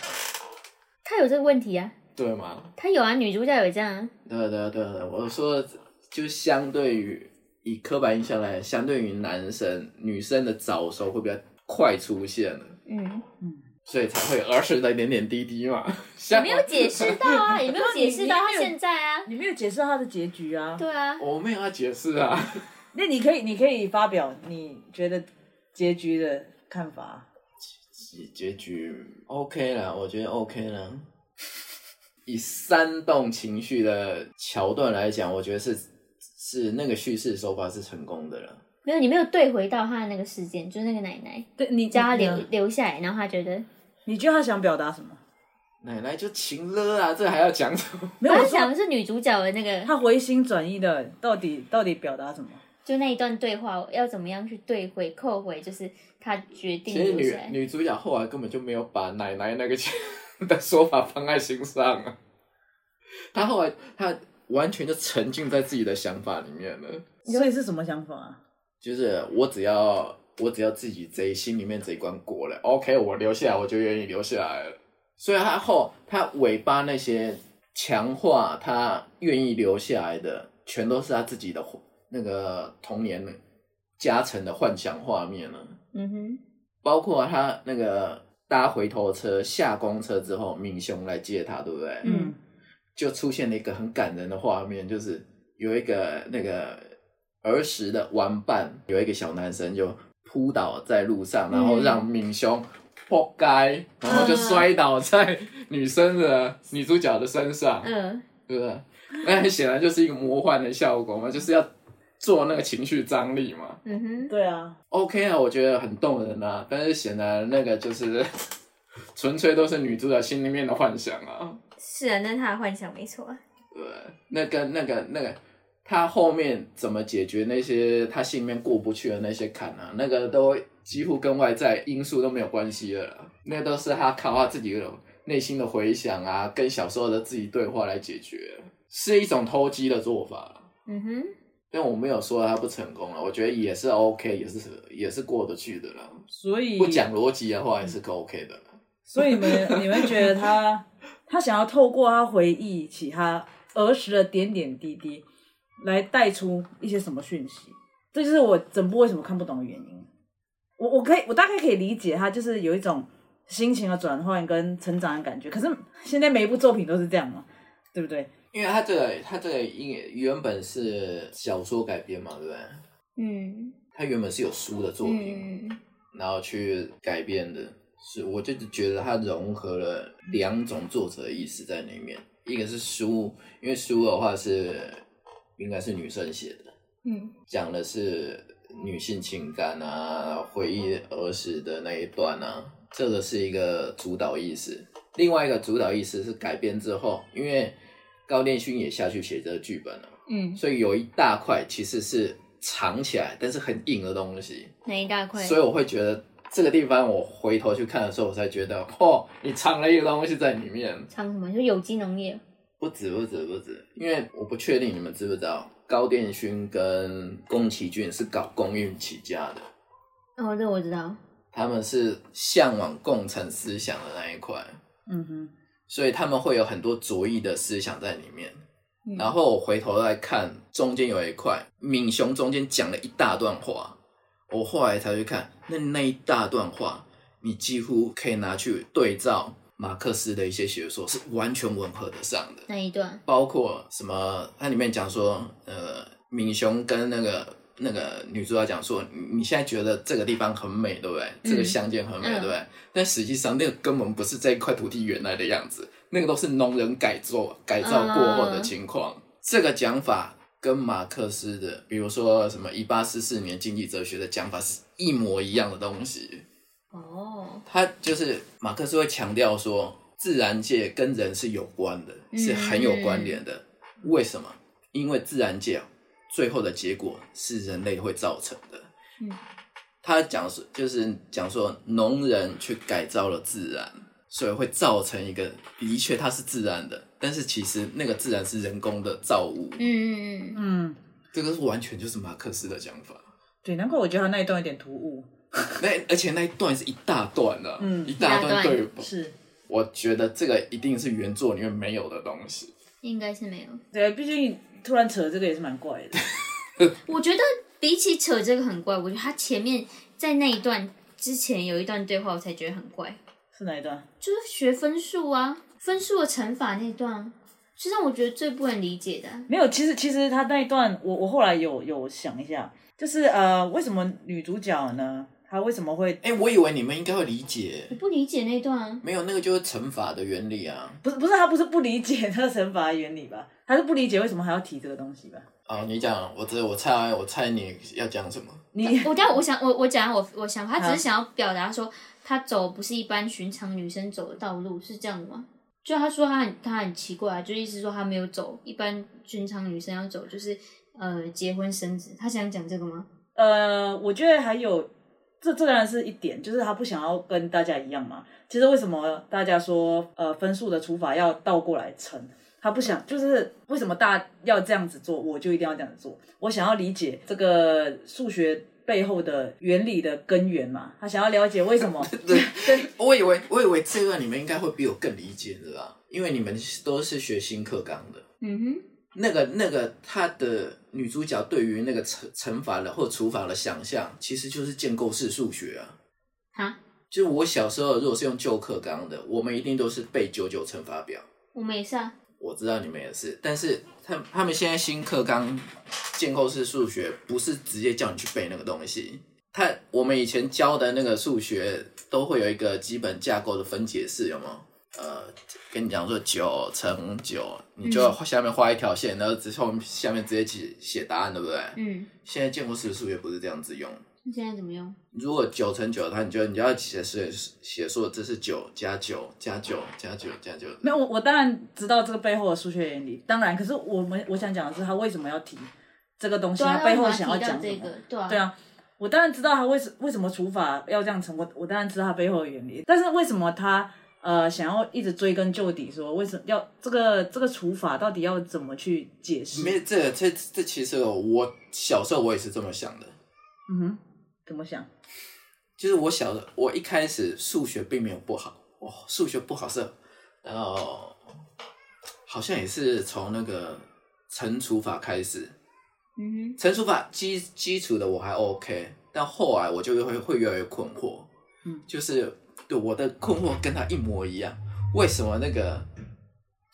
A: 他有这个问题啊，
B: 对吗？
A: 他有啊，女主角有这样啊，
B: 对对对对，我说就相对于以刻板印象来，相对于男生，女生的早熟会比较快出现的。
A: 嗯，
B: 所以才会有儿时的点点滴滴嘛。
A: 也
B: 像
A: 没有解释到 啊，也没有解释到他现在啊，
C: 你没有解释到她的结局啊。
A: 对啊，
B: 我没有要解释啊，
C: 那你可以，你可以发表你觉得结局的看法啊。
B: 结结局 OK 了，我觉得 OK 了。以煽动情绪的桥段来讲，我觉得是是那个叙事手法是成功的了。
A: 没有，你没有对回到他的那个事件，就是那个奶奶
C: 对你
A: 叫他
C: 你
A: 留留下来，然后他觉得
C: 你觉得他想表达什么？
B: 奶奶就情了啊，这还要讲什么？
C: 没有，
A: 他
C: 我
A: 想
C: 说
A: 的是女主角的那个，
C: 他回心转意的，到底到底表达什么？
A: 就那一段对话要怎么样去对回扣回，就是他决定
B: 其实
A: 留
B: 女
A: 下来。
B: 女主角后来根本就没有把奶奶那个 的说法放在心上啊，她后来她完全就沉浸在自己的想法里面了。
C: 所以是什么想法啊？
B: 就是我只要我只要自己这一心里面这一关过了，OK，我留下来我就愿意留下来了。所以他后他尾巴那些强化他愿意留下来的，全都是他自己的那个童年加成的幻想画面了、
A: 嗯哼，
B: 包括他那个搭回头车下公车之后，敏雄来接他，对不对？
A: 嗯
B: 就出现了一个很感人的画面，就是有一个那个儿时的玩伴，有一个小男生就扑倒在路上，然后让敏雄扑街，然后就摔倒在女生的女主角的身上，
A: 嗯，
B: 对不对？那很显然就是一个魔幻的效果嘛，就是要做那个情绪张力嘛。
A: 嗯哼，
C: 对啊，
B: OK 啊，我觉得很动人啊，但是显然那个就是 纯粹都是女主角心里面的幻想啊。
A: 是啊，那是他的幻想没错啊。
B: 对，那个那个那个，他后面怎么解决那些他心里面过不去的那些坎啊？那个都几乎跟外在因素都没有关系了啦，那都是他靠他自己的内心的回想啊，跟小时候的自己对话来解决，是一种偷鸡的做法啦。
A: 嗯哼，
B: 但我没有说他不成功啊了，我觉得也是 OK，也是也是过得去的啦。
C: 所以
B: 不讲逻辑的话，也是个 OK 的啦。
C: 所以你们你们觉得他他想要透过他回忆起他儿时的点点滴滴，来带出一些什么讯息？这就是我整部为什么看不懂的原因。我我可以我大概可以理解他，就是有一种心情的转换跟成长的感觉。可是现在每一部作品都是这样嘛，对不对？
B: 因为他这个他这个应原本是小说改编嘛，对不对？
A: 嗯
B: 他原本是有书的作品，
A: 嗯
B: 然后去改编的。是，我就是觉得它融合了两种作者的意思在里面，一个是书，因为书的话是应该是女生写的，
A: 嗯
B: 讲的是女性情感啊，回忆儿时的那一段啊，这个是一个主导意识。另外一个主导意识是改编之后，因为高电勋也下去写这个剧本了、
A: 嗯，
B: 所以有一大块其实是藏起来，但是很硬的东西。
A: 哪一大块？
B: 所以我会觉得这个地方，我回头去看的时候，我才觉得， 哦，你藏了一个东西在里面。
A: 唱什么？就有机农业。
B: 不止不止不止，因为我不确定你们知不知道，高电勋跟宫崎骏是搞公运起家的，
A: 哦，这我知道。
B: 他们是向往共产思想的那一块，
C: 嗯哼，
B: 所以他们会有很多左翼的思想在里面。
A: 嗯
B: 然后我回头来看，中间有一块敏雄中间讲了一大段话，我后来才去看，那那一大段话，你几乎可以拿去对照马克思的一些学说，是完全吻合得上的。
A: 那一段，
B: 包括什么？它里面讲说，呃，敏雄跟那个那个女主角讲说，你你现在觉得这个地方很美，对不对？这个乡间很美，
A: 嗯
B: 对不对？但实际上，那个根本不是这一块土地原来的样子，那个都是农人改造改造过后的情况。
A: 嗯
B: 这个讲法跟马克思的，比如说什么一八四四年经济哲学的讲法是一模一样的东西。
A: 哦，
B: 他就是马克思会强调说，自然界跟人是有关的，
A: 嗯
B: 是很有关联的。为什么？因为自然界最后的结果是人类会造成的。
A: 嗯，
B: 他讲说，就是讲说农人去改造了自然，所以会造成一个的确它是自然的，但是其实那个自然是人工的造物。
A: 嗯嗯嗯，
C: 嗯，
B: 这个是完全就是马克思的讲法。
C: 对，难怪我觉得他那一段有点突兀。
B: 那而且那一段是一大段的、
C: 嗯
B: 一大
A: 一大
B: 段
A: 段
B: 对白
C: 是，
B: 我觉得这个一定是原作里面没有的东西。
A: 应该是没有。
C: 对，毕竟突然扯这个也是蛮怪的。
A: 我觉得比起扯这个很怪，我觉得他前面在那一段之前有一段对话，我才觉得很怪，
C: 是哪一段？
A: 就是学分数啊，分数的乘法那一段啊，是让我觉得最不能理解的啊。
C: 没有，其实其实他那一段，我我后来有有想一下，就是呃，为什么女主角呢？她为什么会
B: 哎、我以为你们应该会理解
A: 我，不理解那一段啊，
B: 没有那个就是乘法的原理啊。
C: 不是不是她不是不理解 那个惩罚原理吧？她是不理解为什么还要提这个东西吧？
B: 哦，你讲，我知，我猜，我猜你要讲什么？
C: 你
A: 我但我想我我讲啊我我想法，他只
C: 好
A: 是想要表达说，他走不是一般寻常女生走的道路，是这样的吗？就他说他很他很奇怪啊，就意思说他没有走一般寻常女生要走，就是呃结婚生子，他想讲这个吗？
C: 呃，我觉得还有这这当然是一点，就是她不想要跟大家一样嘛。其实为什么大家说呃分数的除法要倒过来乘？她不想，就是为什么大家要这样子做，我就一定要这样子做。我想要理解这个数学背后的原理的根源嘛，她想要了解为什么
B: 对，对，我以为，我以为这个你们应该会比我更理解，啊对吧？因为你们都是学新课纲的，
A: 嗯哼，
B: 那个那个它的女主角对于那个惩惩罚的或处罚的想象，其实就是建构式数学啊。
A: 哈，
B: 就是我小时候如果是用旧课纲的，我们一定都是背九九乘法表。
A: 我们也是啊，
B: 我知道你们也是，但是他他们现在新课纲建构式数学不是直接叫你去背那个东西，他我们以前教的那个数学都会有一个基本架构的分解式，有没有？呃，跟你讲说九乘九，你就下面画一条线，然后之后下面直接写写答案，对不对？
A: 嗯，
B: 现在建构式数学不是这样子用，
A: 那现在怎么用？
B: 如果九乘九，它你就你就要写写写说这是九加九加九加九加九，
C: 没有，我我当然知道这个背后的数学原理，当然，可是我们我想讲的是他为什么要提这个东西，
A: 对啊，
C: 他背后
A: 那
C: 想
A: 我
C: 要
A: 们提到
C: 讲什
A: 这
C: 么。
A: 个，对啊，
C: 对，啊，我当然知道他为什为什么除法要这样成，我我当然知道他背后的原理，但是为什么他呃想要一直追根究底说为什么要这个这个除法到底要怎么去解释？
B: 没有这个这这其实哦我小时候我也是这么想的，
C: 嗯哼，怎么想？
B: 就是我小的我一开始数学并没有不好，我、数学不好是，然后好像也是从那个乘除法开始，
A: 嗯
B: 乘除法基基础的我还 OK，但后来我就会会越来越困惑，
C: 嗯，
B: 就是对我的困惑跟他一模一样，为什么那个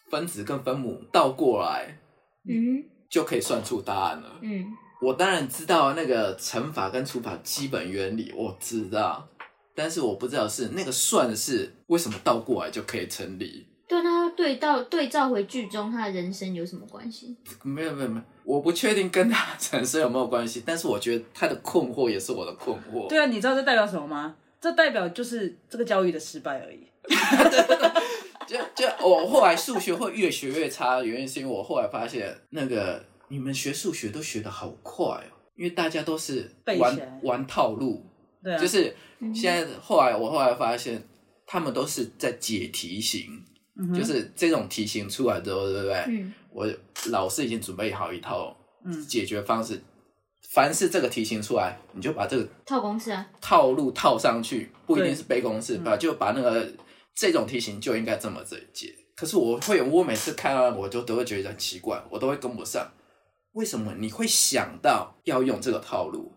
B: 分子跟分母倒过来
A: 哼，嗯
B: 就可以算出答案了？
A: 哼嗯，
B: 我当然知道那个乘法跟除法基本原理，我知道，但是我不知道是那个算式为什么倒过来就可以成立。
A: 对，啊那他对照对照回剧中他的人生有什么关系？
B: 没有没有没有，我不确定跟他 产生有没有关系，但是我觉得他的困惑也是我的困惑。
C: 对啊，你知道这代表什么吗？这代表就是这个教育的失败而已。
B: 就就我后来数学会越学越差，原因是因为我后来发现，那个你们学数学都学得好快哦，因为大家都是
C: 背起来
B: 玩玩套路，
C: 对啊，
B: 就是现在后来我后来发现，他们都是在解题型，
C: 嗯哼
B: 就是这种题型出来之后，对不对？
A: 嗯
B: 我老师已经准备好一套
C: 嗯
B: 解决方式，凡是这个题型出来，你就把这个
A: 套公式啊，
B: 套路套上去，不一定
C: 对
B: 是背公式，把就把那个这种题型就应该这么解。可是我会，我每次看到我就都会觉得很奇怪，我都会跟不上。为什么你会想到要用这个套路？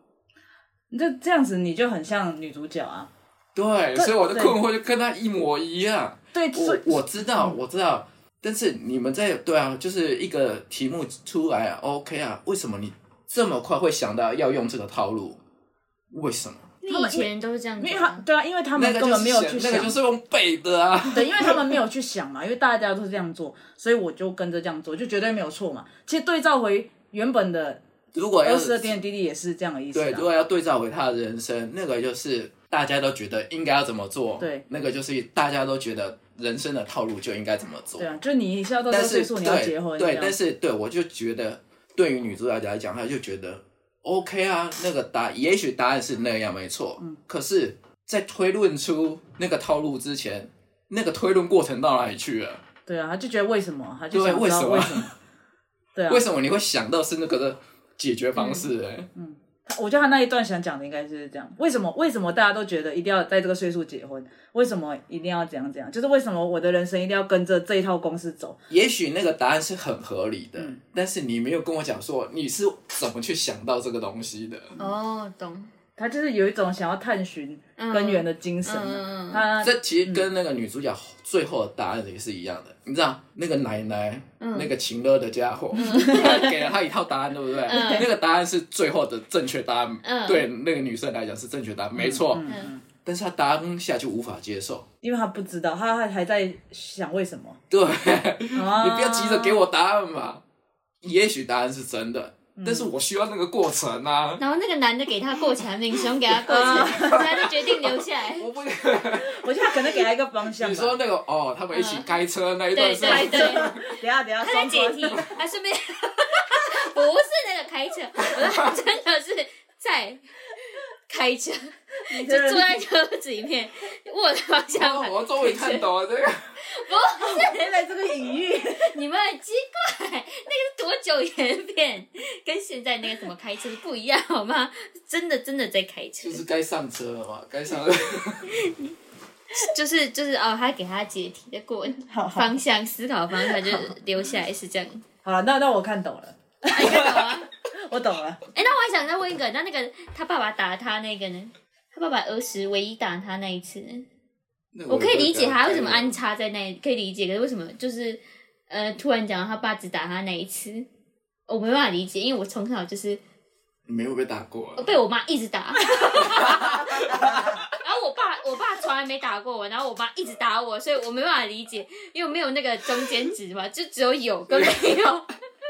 C: 你这这样子你就很像女主角啊。
B: 对，
C: 对
B: 所以我的困惑就跟他一模一样。
C: 对，所
B: 我
C: 以
B: 我知道，
C: 嗯
B: 我知道，但是你们在对啊，就是一个题目出来啊，OK 啊，为什么你这么快会想到要用这个套路？为什么？
A: 他以前都是这样
C: 因
A: 子
C: 为他
A: 啊，
C: 对啊，因为他们
B: 那
C: 根
B: 个就是
C: 本没有
B: 想
C: 去想，
B: 那个就是用背的 啊。
C: 对，因为他们没有去想嘛，因为大家都是这样做，所以我就跟着这样做，就绝对没有错嘛。其实对照回原本的
B: 如果要
C: 二十二点滴滴也是这样的意思
B: 啊
C: 啊
B: 对，
C: 啦
B: 如。果要对照回他的人生，那个就是大家都觉得应该要怎么做，
C: 对
B: 那个就是大家都觉得人生的套路就应该怎么做
C: 对。啊，就是你是要到这
B: 但
C: 个岁
B: 是
C: 数
B: 对
C: 你要结婚，
B: 对，
C: 这样
B: 但是对我就觉得，对于女主角来讲，她就觉得 OK 啊，那个答也许答案是那样没错，
C: 嗯
B: 可是，在推论出那个套路之前，那个推论过程到哪里去了？
C: 对啊，他就觉得为什么，他就
B: 对
C: 想知道
B: 为
C: 为
B: 什么
C: 什 么。对啊
B: 为，什么你会想到是那个的解决方式、欸？
C: 嗯我觉得他那一段想讲的应该就是这样：为什么？为什么大家都觉得一定要在这个岁数结婚？为什么一定要怎样怎样？就是为什么我的人生一定要跟着这一套公式走？
B: 也许那个答案是很合理的，
C: 嗯
B: 但是你没有跟我讲说你是怎么去想到这个东西的。
A: 哦，懂，
C: 他就是有一种想要探寻
A: 嗯
C: 根源的精神
A: 嗯嗯
C: 啊。
A: 嗯
C: 他
B: 这其实跟那个女主角最后的答案也是一样的。你知道那个奶奶，
A: 嗯
B: 那个情乐的家伙，他给了她一套答案，对不对？
A: 嗯
B: 那个答案是最后的正确答案，
A: 嗯
B: 对那个女生来讲是正确答案，没错。
A: 嗯
B: 但是她当下就无法接受。
C: 因为他不知道，他还还在想为什么。
B: 对，
C: 啊
B: 你不要急着给我答案嘛。也许答案是真的，
A: 嗯
B: 但是我需要那个过程啊。
A: 然后那个男的给他过起来，命凶给他过
B: 嗯
A: 起来，所以他就决定留下 来。
B: 我不。
C: 我觉得他可能给他一个方向吧。
B: 你说那个哦，他们一起开车那一
A: 嗯
B: 段
A: 对
B: 是
A: 对对，
C: 等一下等一下，
A: 他在
C: 双
A: 解
C: 关
A: 题，他顺便 不是那个开车， 我说真的是在开车，就坐在车子里面握着方向
B: 哦，
A: 盘。
B: 我终于看懂了这 个。
C: 原来这个 隐喻，
A: 你们很奇怪，那个是多久以前的片，跟现在那个什么开车是不一样好吗？真的真的在开车
B: 就，是该上车了嘛，该上车。
A: 就是就是哦，他给他解题的过
C: 好好
A: 方向思考方向，就是留下来是这样。
C: 好了，那那我看懂了，
A: 啊你看懂吗？
C: 我懂了。
A: 哎、那我还想再问一个，那那个他爸爸打他那个呢？他爸爸儿时唯一打他那一次呢，
B: 那
A: 我可以理解他为什么
B: 安
A: 安插在那，可以理解。可是为什么就是呃，突然讲他爸只打他那一次，我没办法理解，因为我从小就是
B: 没有被打过啊、
A: 被我妈一直打，然后我爸我爸从来没打过我，然后我妈一直打我，所以我没办法理解，因为我没有那个中间值嘛，就只有有跟没有，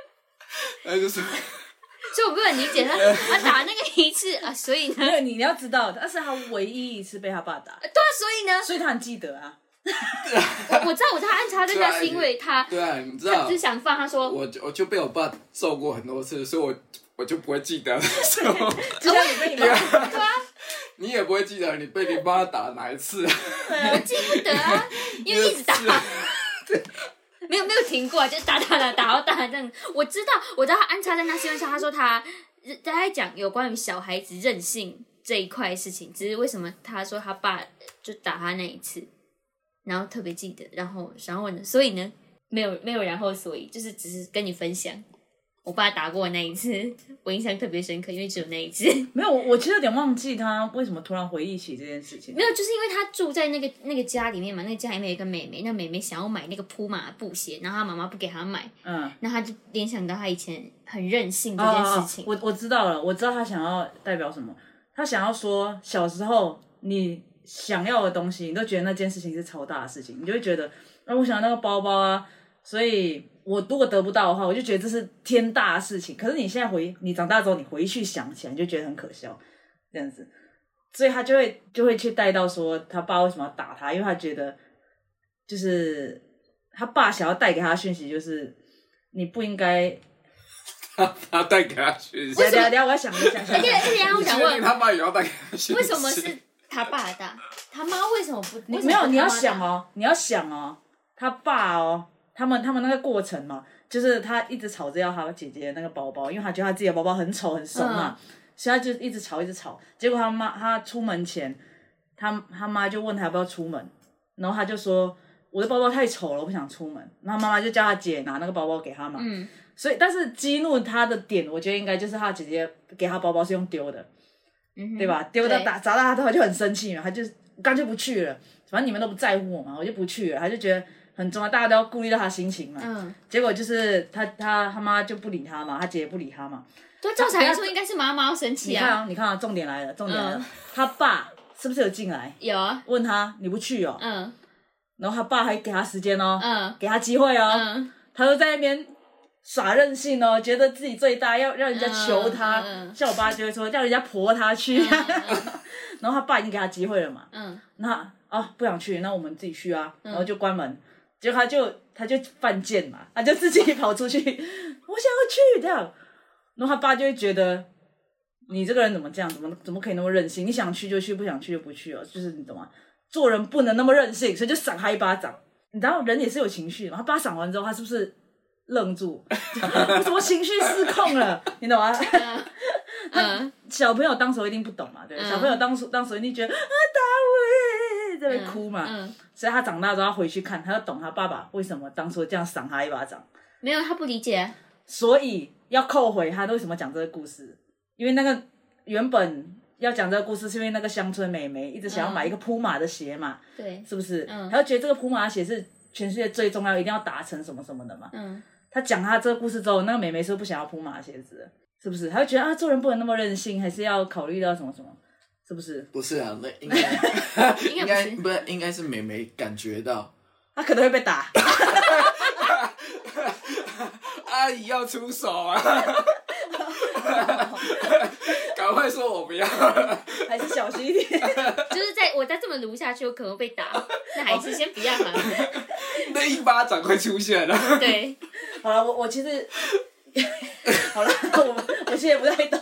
B: 那就是
A: 所以我不能理解 他他打那个一次啊，所以呢，
C: 没有，你你要知道，但是他唯一一次被他爸打，
A: 对啊，所以呢，
C: 所以他很记 得啊。
A: 我知道我他安插这个是因为他
B: 对啊，你知
A: 他
B: 道
A: 只是，想放，他说
B: 我就我就被我爸揍过很多次，所以我我就不会记 得什么，
C: 就像你被你妈，
A: 对啊，
B: 你也不会记得你被你妈打哪一次、啊。
A: 我记不得啊，因为一直打。没有没有停过啊，就打打打打到打这样。我知道，我知道他安插在那新闻上，他说他他在讲有关于小孩子任性这一块事情，只是为什么他说他爸就打他那一次，然后特别记得，然后然后呢，所以呢，没有没有然后所以，就是只是跟你分享我爸打过我那一次，我印象特别深刻，因为只有那一次。
C: 没有，我我其实有点忘记他为什么突然回忆起这件事情
A: 没。有，就是因为他住在那个那个家里面嘛，那个家里面有一个妹妹，那妹妹想要买那个铺马布鞋，然后她妈妈不给她买，
C: 嗯，
A: 那她就联想到她以前很任性这
C: 哦，
A: 件事情。
C: 我我知道了，我知道他想要代表什么。他想要说，小时候你想要的东西，你都觉得那件事情是超大的事情，你就会觉得，那、我想要那个包包啊，所以我如果得不到的话，我就觉得这是天大的事情。可是你现在回，你长大之后，你回去想起来，你就觉得很可笑，这样子。所以他就会就会去带到说，他爸为什么要打他，因为他觉得就是他爸想要带给他的讯息就是，你不应该
B: 他带给他去，
C: 等一下等一下等一下，我要想一下。想
A: 而
C: 一
A: 且而且
C: 下
A: 我
B: 你
A: 想
B: 确定
A: 问，
B: 他爸也要带给他去？
A: 为什么是他爸打？他妈为什么不？
C: 你
A: 为什么啊
C: 没
A: 不
C: 有，你要
A: 他妈打
C: 想。哦，你要想哦，他爸哦，他们他们那个过程嘛，就是他一直吵着要他姐姐的那个包包，因为他觉得他自己的包包很丑很怂嘛，
A: 嗯
C: 所以他就一直吵一直吵。结果他妈他出门前，他他妈就问他要不要出门，然后他就说我的包包太丑了，我不想出门。然后他妈妈就叫他姐拿那个包包给他嘛，
A: 嗯，
C: 所以但是激怒他的点，我觉得应该就是他姐姐给他包包是用丢的。
A: 嗯哼
C: 对吧？丢到
A: 对
C: 打砸到他头，他就很生气嘛，他就干脆不去了。反正你们都不在乎我嘛，我就不去了。他就觉得很重要，大家都要顾虑到他心情嘛。
A: 嗯，
C: 结果就是他他他妈就不理他嘛，他姐也不理他嘛。
A: 对，照常来说应该是妈妈要生气
C: 你看
A: 啊。
C: 啊，你看啊，重点来了，重点来了，
A: 嗯
C: 他爸是不是有进来
A: 有啊，
C: 问他你不去哦？
A: 嗯
C: 然后他爸还给他时间哦，
A: 嗯
C: 给他机会哦，
A: 嗯，
C: 他就在那边。耍任性哦，觉得自己最大，要让人家求他。
A: 嗯嗯嗯
C: 像我爸就会说，叫人家婆他去。 然后他爸已经给他机会了嘛，
A: 嗯，
C: 那啊不想去，那我们自己去啊，然后就关门。结果他就他就犯贱嘛，他就自己 跑出去，我想要去这样。然后他爸就会觉得你这个人怎么这样，怎么怎么可以那么任性？你想去就去，不想去就不去哦，就是你懂吗？做人不能那么任性，所以就赏他一巴掌。你知道人也是有情绪嘛，他巴掌完之后，他是不是愣住？ 我怎么情绪失控了？你懂吗？
A: 嗯
C: 小朋友当时一定不懂嘛，对，
A: 嗯
C: 小朋友当时当时一定觉得啊打我耶，在那边
A: 嗯
C: 哭嘛，
A: 嗯，
C: 所以他长大之后他回去看，他就懂他爸爸为什么当初这样赏他一巴掌，
A: 没有，他不理解啊。
C: 所以要扣回他为什么讲这个故事，因为那个原本要讲这个故事是因为那个乡村美眉一直想要买一个铺马的鞋嘛，
A: 对，
C: 是不是？
A: 嗯
C: 他就觉得这个铺马的鞋是全世界最重要，一定要达成什么什么的嘛。
A: 嗯
C: 他讲他这个故事之后，那个美眉是不是不想要铺马的鞋子了，是不是？他就觉得啊，做人不能那么任性，还是要考虑到什么什么，是不是？
B: 不是啊，那应该
A: 应
B: 应
A: 该
B: 该
A: 不是
B: 不是应该是美美感觉到
C: 他可能会被打，
B: 阿姨要出手啊， 赶快说我不要，
C: 还是小心一点。
A: 就是在我再这么撸下去，我可能会被打，那还是先不要好了。
B: 那一巴掌快出现啊了。
A: 对，
C: 好了，我我其实 好了，我我其实也不太懂。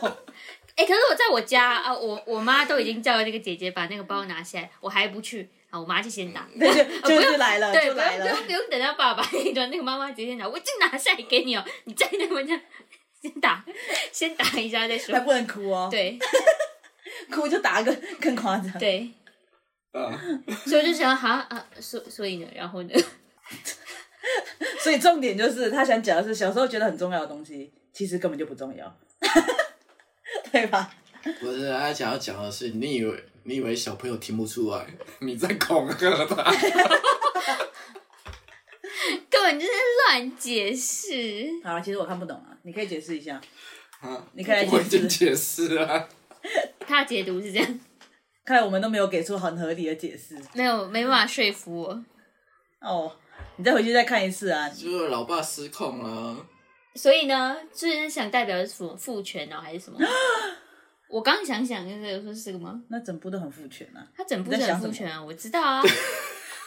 A: 哎、可是我在我家啊，我我妈都已经叫那个姐姐把那个包拿下来，我还不去啊，我妈就先打，
C: 那就
A: 不
C: 就
A: 用
C: 是来了，
A: 对，
C: 嗯就
A: 不用
C: 来
A: 不
C: 了
A: 用。不用等到爸爸那个那个妈妈直接拿，我就拿下来给你哦、你在那边这样先打，先打一下再
C: 还
A: 说，
C: 不能哭哦，，
A: 对
C: 哭就打个更夸张。
A: 对，
B: 啊，
A: 所以我就想哈啊，所所以呢，然后呢，
C: 所以重点就是他想讲的是，小时候觉得很重要的东西，其实根本就不重要。 对吧？
B: 不是，他想要讲的是，你以为你以为小朋友听不出来，你在恐吓他。
A: 根本就是乱解释。
C: 好了，其实我看不懂啊，你可以解释一下。
B: 啊
C: 你可以来
B: 我已经
C: 解释
B: 解释了。
A: 他解读是这样，
C: 看来我们都没有给出很合理的解释
A: 没有没办法说服我，
C: 哦。你再回去再看一次啊！
B: 就是老爸失控了，
A: 所以呢，就是想代表是什么父权哦，还是什么？ 我刚想想，就是有说是这个吗？
C: 那整部都很父权啊，
A: 他整部
C: 你
A: 是
C: 在想
A: 很
C: 什
A: 父
C: 么
A: 权啊，我知道 啊，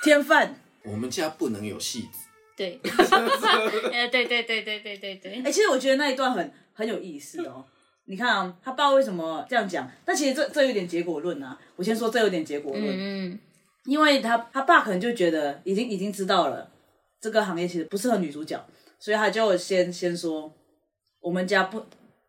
C: 天饭。
B: 我们家不能有戏 子。
A: 对，呃，对对对对对对对
C: 哎、，其实我觉得那一段很很有意思哦。你看啊，他爸为什么这样讲？但其实这这有点结果论啊。我先说这有点结果论，
A: 嗯嗯，
C: 因为他他爸可能就觉得已经已经知道了这个行业其实不适合女主角，所以他就先先说我们家不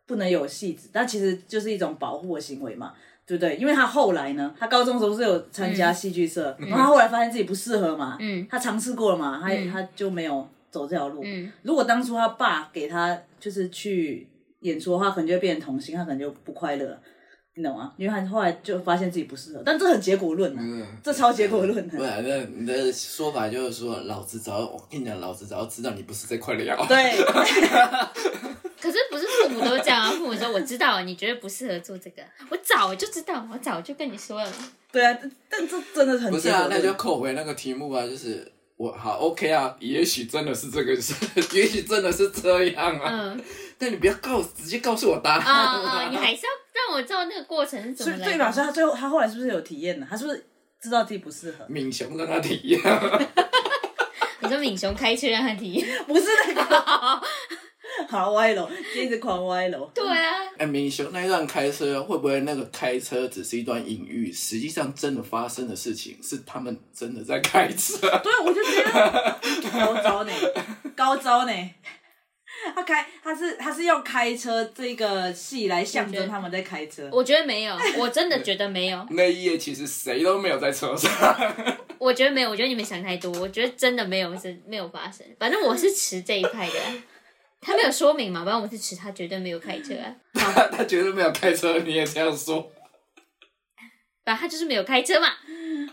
C: 不能有戏子，但其实就是一种保护的行为嘛，对不对？因为他后来呢，他高中的时候是有参加戏剧社，然后他后来发现自己不适合嘛，
A: 嗯
C: 他尝试过了嘛，他、
A: 嗯
C: 他就没有走这条路。
A: 嗯
C: 如果当初他爸给他就是去演出的话，可能就会变成童星，他可能就不快乐，你懂吗？因为他后来就发现自己不适合，但这很结果论啊。
B: 嗯，
C: 这超结果论啊的
B: 不然，那你的说法就是说，老子早我跟你讲，老子早知道你不是这块料。
C: 对，
A: 可是不是父母都这样啊？父母说我知道你绝对不适合做这个，我早就知道，我早就跟你说了。
C: 对啊，但但这真的很
B: 不是
C: 结
B: 啊
C: 果，
B: 那
C: 论。
B: 就扣回那个题目啊，就是我好 OK 啊，也许真的是这个事， 也许真的是这样啊。
A: 嗯
B: 但你不要告直接告诉我答
A: 啊
B: 案
A: 啊， 你还是要让我知道那个过程是怎
C: 所
A: 么
C: 以
A: 来的。
C: 对吧？所以他最后他后来是不是有体验呢？他是不是知道自己不适 合？
B: 敏雄让他体验，
A: 你说敏雄开车让他提，
C: 不是那个，好歪楼，一直狂歪楼。
A: 对啊，
B: 哎，敏雄那一段开车会不会那个开车只是一段隐喻？实际上真的发生的事情是他们真的在开车。
C: 对，我就觉得嗯高招呢，高招呢。他开，他是他是用开车这个戏来象
A: 我觉
C: 征
A: 得
C: 他们在开车。
A: 我觉得没有，我真的觉得没有，
B: 那一夜其实谁都没有在车上，
A: 我觉得没有，我觉得你们想太多，我觉得真的没有，是没有发生。反正我是持这一派的啊、 他没有说明嘛，反正我是持他绝对没有开车、啊，
B: 他他绝对没有开车，你也这样说。
A: 反正他就是没有开车嘛。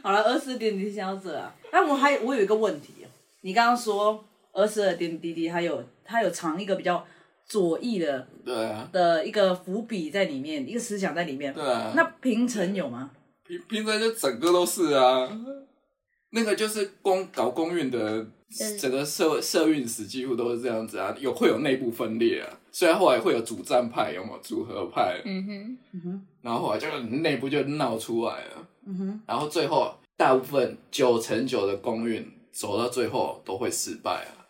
C: 好了，二十四点滴先到这啊。但我还我有一个问题哦，你刚刚说二十二点滴滴，它有它有藏一个比较左翼的
B: 对啊，
C: 的一个伏笔在里面，一个思想在里面。
B: 对啊。
C: 那平城有吗？
B: 平平常就整个都是啊，那个就是公搞公运的
A: 嗯
B: 整个社社运史几乎都是这样子啊，有会有内部分裂啊，虽然后来会有主战派，有没有组合派，
A: 嗯哼，
B: 然后后来就内部就闹出来了，
C: 嗯哼，
B: 然后最后大部分九成九的公运走到最后都会失败啊，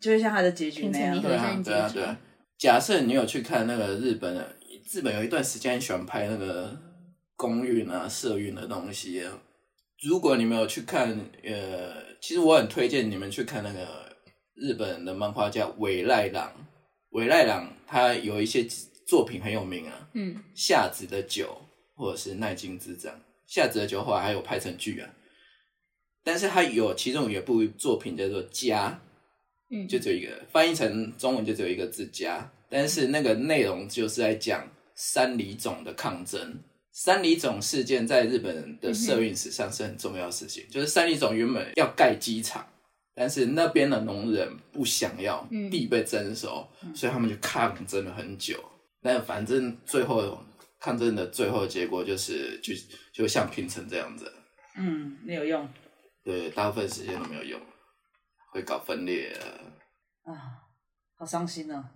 C: 就是像它的结局那样
A: 平。
B: 对啊
A: 和善结局
B: 对啊对啊。假设你有去看那个日本的，日本有一段时间很喜欢拍那个公运啊、社运的东西、啊。如果你们有去看，呃，其实我很推荐你们去看那个日本的漫画家尾濑朗。尾濑朗他有一些作品很有名啊，
A: 嗯，
B: 夏子的酒，或者是奈津之章。夏子的酒后来还有拍成剧啊，但是他有其中有一部作品叫做《家》，
A: 嗯
B: 就只有一个翻译成中文就只有一个字“家”，但是那个内容就是在讲山里冢的抗争。山里冢事件在日本的社运史上是很重要的事
A: 嗯
B: 情，就是山里冢原本要盖机场，但是那边的农人不想要
A: 嗯
B: 地被征收，所以他们就抗争了很久。但反正最后抗争的最后结果就是就就像平成这样子，
C: 嗯，没有用
B: 对，大部分时间都没有用，会搞分裂啊。
C: 啊，好伤心啊！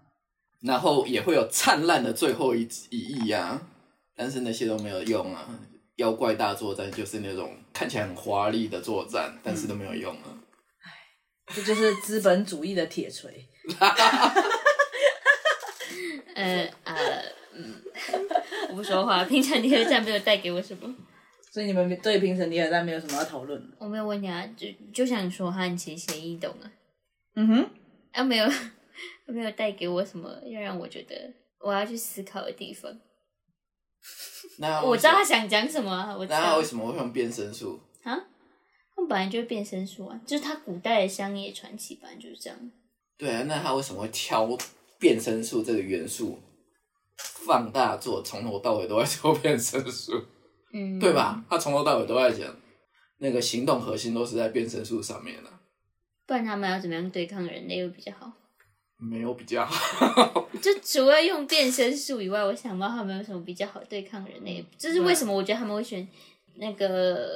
B: 然后也会有灿烂的最后一一役啊，但是那些都没有用啊。妖怪大作战就是那种看起来很华丽的作战，但是都没有用啊。
C: 这就是资本主义的铁锤。
A: 呃呃， 嗯，我不说话。平常你和站没有带给我什么，
C: 所以你们对平城迪尔丹没有什么要讨论的。
A: 我没有问你啊，就就想说汉奇协议懂啊，
C: 嗯哼，
A: 啊没有， 没有带给我什么要让我觉得我要去思考的地方。
B: 那
A: 我知道他想讲什么啊、我知
B: 那他
A: 道
B: 为什么会用变身术？
A: 啊，他们本来就会变身术啊，就是他古代的乡野传奇本来就是这样。
B: 对啊，那他为什么会挑变身术这个元素放大做，从头到尾都在做变身术，
A: 嗯，
B: 对？吧？他从头到尾都在讲那个行动核心都是在变身术上面的、
A: 不然他们要怎么样对抗人类会比较好？
B: 没有比较好。
A: 就除了用变身术以外，我想不到他们有什么比较好对抗人类。这是为什么？我觉得他们会选那个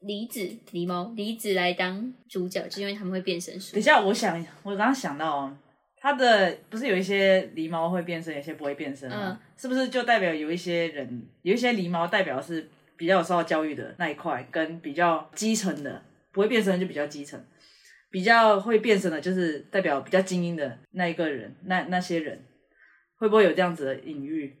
A: 梨子、狸猫、梨子来当主角，就是因为他们会变身术
C: 等一。下，我想，我刚刚想到哦，他的不是有一些狸猫会变身，有些不会变身吗？是不是就代表有一些人，有一些狸猫代表是比较有受到教育的那一块，跟比较基层的不会变身就比较基层，比较会变身的，就是代表比较精英的那一个人，那那些人会不会有这样子的隐喻？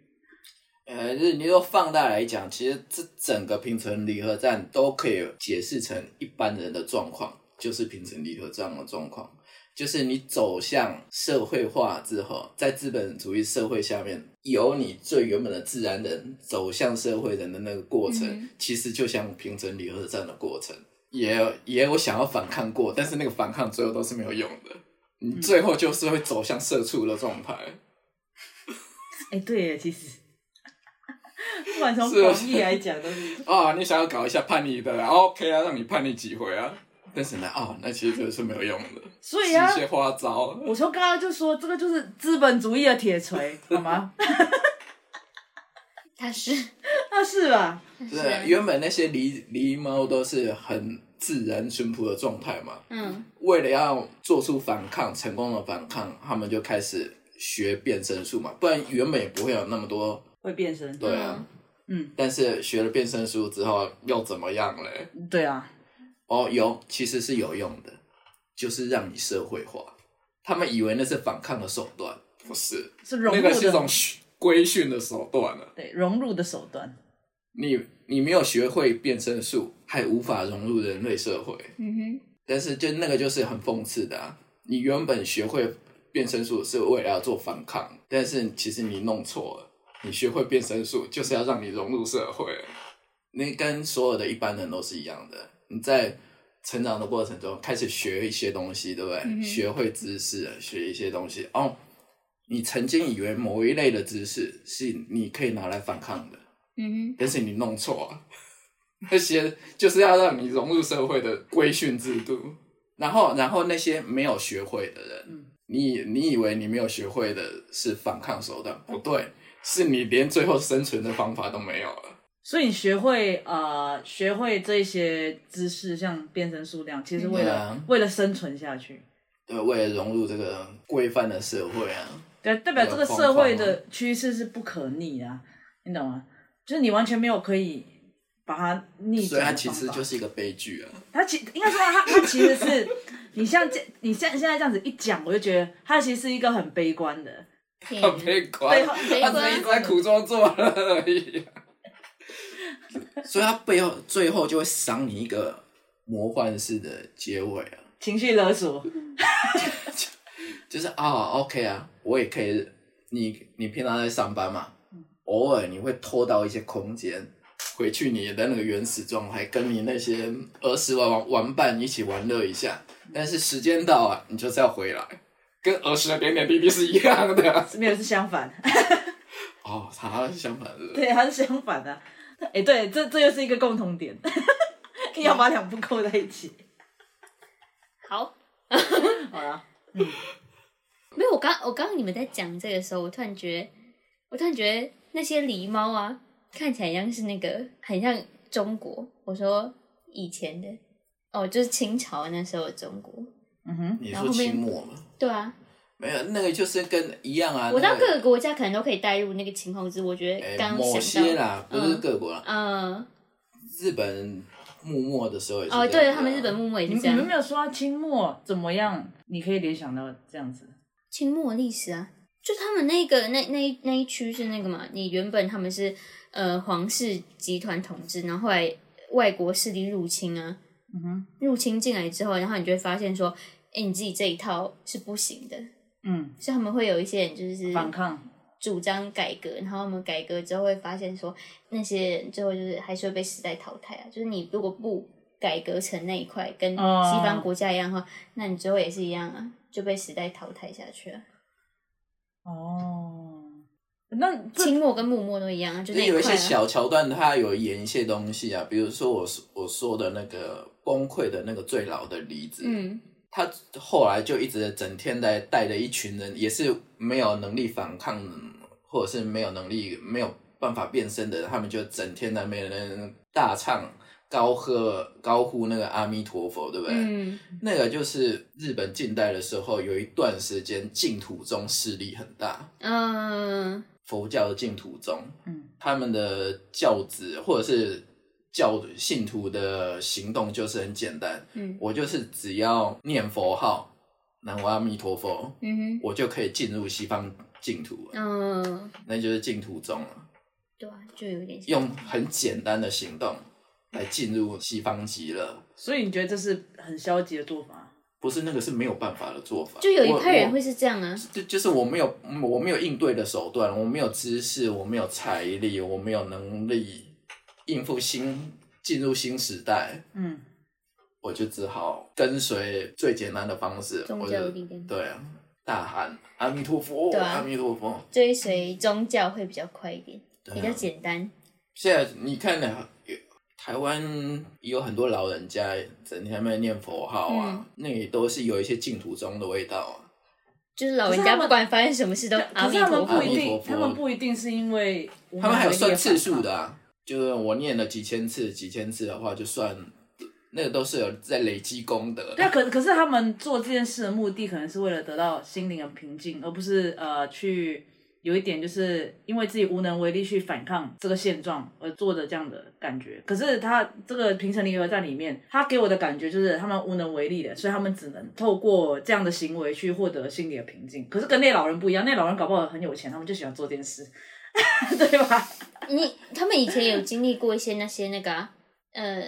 B: 呃，就是你说放大来讲，其实这整个平成离合战都可以解释成一般人的状况，就是平成离合战的状况，就是你走向社会化之后，在资本主义社会下面，由你最原本的自然人走向社会人的那个过程，
A: 嗯
B: 其实就像平成离合战的过程，也有也有想要反抗过，但是那个反抗最后都是没有用的，你最后就是会走向社畜的状态。
C: 哎、对耶，其实， 不管从
B: 是啊
C: 广义来讲都是。
B: 啊，你想要搞一下叛逆的啦，OK 啊，让你叛逆几回啊？但是呢，哦，那其实这是没有用的，
C: 所以
B: 是
C: 啊
B: 一，些花招。
C: 我从刚刚就说这个就是资本主义的铁锤，好吗？
A: 他是，
C: 那是吧？
A: 他是啊
B: 对，原本那些狸狸猫都是很自然淳朴的状态嘛，
A: 嗯，
B: 为了要做出反抗，成功的反抗，他们就开始学变身术嘛，不然原本也不会有那么多。
C: 会变身。
B: 对啊，
C: 嗯，
B: 但是学了变身术之后又怎么样嘞？
C: 对啊，
B: 哦，有，其实是有用的，就是让你社会化。他们以为那是反抗的手段，不是。
C: 是融
B: 那
C: 入
B: 个是一
C: 的，
B: 种规训的手段啊了、
C: 对融入的手段。
B: 你你没有学会变身术，还无法融入人类社会。
A: 嗯
B: 但是就那个就是很讽刺的啊！你原本学会变身术是为了要做反抗，但是其实你弄错了。你学会变身术就是要让你融入社会，那跟所有的一般人都是一样的。你在成长的过程中开始学一些东西，对不对？
A: 嗯哼
B: 学会知识，学一些东西。哦，你曾经以为某一类的知识是你可以拿来反抗的，
A: 哼，嗯
B: 但是你弄错了，那些就是要让你融入社会的规训制度。然后，然后那些没有学会的人，
C: 嗯
B: 你你以为你没有学会的是反抗手段，不对，是你连最后生存的方法都没有了。
C: 所以你学会呃，学会这些知识，像变身数量，其实为
B: 对
C: 了、
B: 啊
C: 为了生存下去，
B: 对，为了融入这个规范的社会啊，
C: 对，代表
B: 对啊
C: 这个
B: 疯
C: 社会
B: 狂
C: 的趋势是不可逆的啊，你懂吗？就是你完全没有可以把它逆
B: 所以它
C: 转的
B: 其
C: 方
B: 实
C: 法。
B: 就是一个悲剧啊。
C: 他其应该说他他其实是你像这你现现在这样子一讲，我就觉得他其实是一个很悲观的。
A: 哼，
C: 嗯
B: 很悲观，
C: 很
A: 悲
B: 他
A: 观
B: 只是一直在苦中作乐而已。啊 所以他背后最后就会赏你一个魔幻式的结尾啊，
C: 情绪勒索，
B: 就是啊、o k 啊，我也可以，你你平常在上班嘛，
A: 嗯
B: 偶尔你会拖到一些空间，回去你的那个原始状态，跟你那些儿时玩玩伴一起玩乐一下，
A: 嗯
B: 但是时间到啊，你就是要回来，跟儿时的点点滴滴是一样的。
C: 没有是相 反，
B: 哦，他相反的。
C: 对，他是相反的、啊。哎、对，这这又是一个共同 点，硬要把两部扣在一起。
A: 好。
C: 好啊了，
A: 没有，我刚我刚刚你们在讲这个时候，我突然觉得，我突然觉得那些狸猫啊，看起来像是那个很像中国。我说以前的，哦，就是清朝那时候的中国。
C: 嗯哼，
B: 你
A: 然
B: 说
A: 后后面
B: 清末吗？
A: 对啊，
B: 没有，那个就是跟一样啊。
A: 我知道
B: 那
A: 各
B: 个
A: 个国家可能都可以带入那个情况，只是我觉得
B: 哎
A: 刚
B: 某
A: 刚想
B: 些
A: 到，
B: 啦，不是各国啦，
A: 嗯，
B: 日本幕末的时候也是这样
A: 哦，
B: 子啊。
A: 对他们日本幕末也是
C: 你们
A: 这
C: 你们
A: 样
C: 没，有说到清末怎么样？你可以联想到这样子，
A: 清末历史啊，就他们那个那那那一区是那个嘛，你原本他们是呃皇室集团统治，然后后来外国势力入侵啊，
C: 嗯哼，
A: 入侵进来之后，然后你就会发现说，哎，你自己这一套是不行的，
C: 嗯，
A: 所以他们会有一些人就是
C: 反抗，
A: 主张改革，然后我们改革之后会发现说，那些人最后就是还是会被时代淘汰啊。就是你如果不改革成那一块，跟西
C: 哦
A: 方国家一样的话，那你最后也是一样啊，就被时代淘汰下去啊。
C: 哦，那这
A: 清末跟幕末都一样，就
B: 就
A: 那
B: 有一
A: 块
B: 些
A: 啊
B: 小桥段，它有演一些东西啊，比如说我说我说的那个崩溃的那个最老的例子，，
A: 嗯，
B: 他后来就一直整天在带着一群人，也是没有能力反抗，或者是没有能力没有办法变身的人，他们就整天在那边大唱、高喝、高呼那个阿弥陀佛，对不对？
A: 嗯，
B: 那个就是日本近代的时候，有一段时间净土宗势力很大，
A: 嗯，
B: 佛教的净土宗，
C: 嗯，
B: 他们的教旨或者是教信徒的行动就是很简单，
A: 嗯，
B: 我就是只要念佛号，南无阿弥陀佛，
A: 嗯哼，
B: 我就可以进入西方净土了，
A: 嗯，
B: 那就是净土宗了。
A: 对啊，就有点像
B: 用很简单的行动来进入西方极乐，
C: 所以你觉得这是很消极的做法？
B: 不是那个是没有办法的做法。
A: 就有一
B: 我
A: 派人
B: 我
A: 会是这样啊，
B: 就就是我没有嗯我没有应对的手段，我没有知识，我没有财力，我没有能力应付新进入新时代，
C: 嗯，
B: 我就只好跟随最简单的方式，
A: 宗
B: 我
A: 教
B: 就
A: 力量
B: 对啊，大喊阿弥陀佛，
A: 对啊
B: 阿弥陀佛。
A: 追随宗教会比较快一点，
B: 对啊
A: 比较简单，
B: 现在你看呢，有台湾也有很多老人家整天在那边念佛号啊，
A: 嗯
B: 那也都是有一些净土宗的味道啊。
A: 就是老人
C: 可是
A: 家
C: 他们
A: 不管发生什么事都阿
C: 可
A: 弥
C: 是他
A: 陀佛
C: 们不
B: 阿，
C: 一
B: 弥陀
C: 定，
B: 佛
C: 他们不一定是因为
B: 他们还有算次数的、啊，就是我念了几千次、几千次的话，就算那个都是有在累积功德。
C: 对啊，可可是他们做这件事的目的，可能是为了得到心灵的平静，而不是呃去有一点就是因为自己无能为力去反抗这个现状而做的这样的感觉。可是他这个平成离合战里面，他给我的感觉就是他们无能为力的，所以他们只能透过这样的行为去获得心理的平静。可是跟那老人不一样，那老人搞不好很有钱，他们就喜欢做这件事，对吧？
A: 你他们以前有经历过一些那些那个啊、呃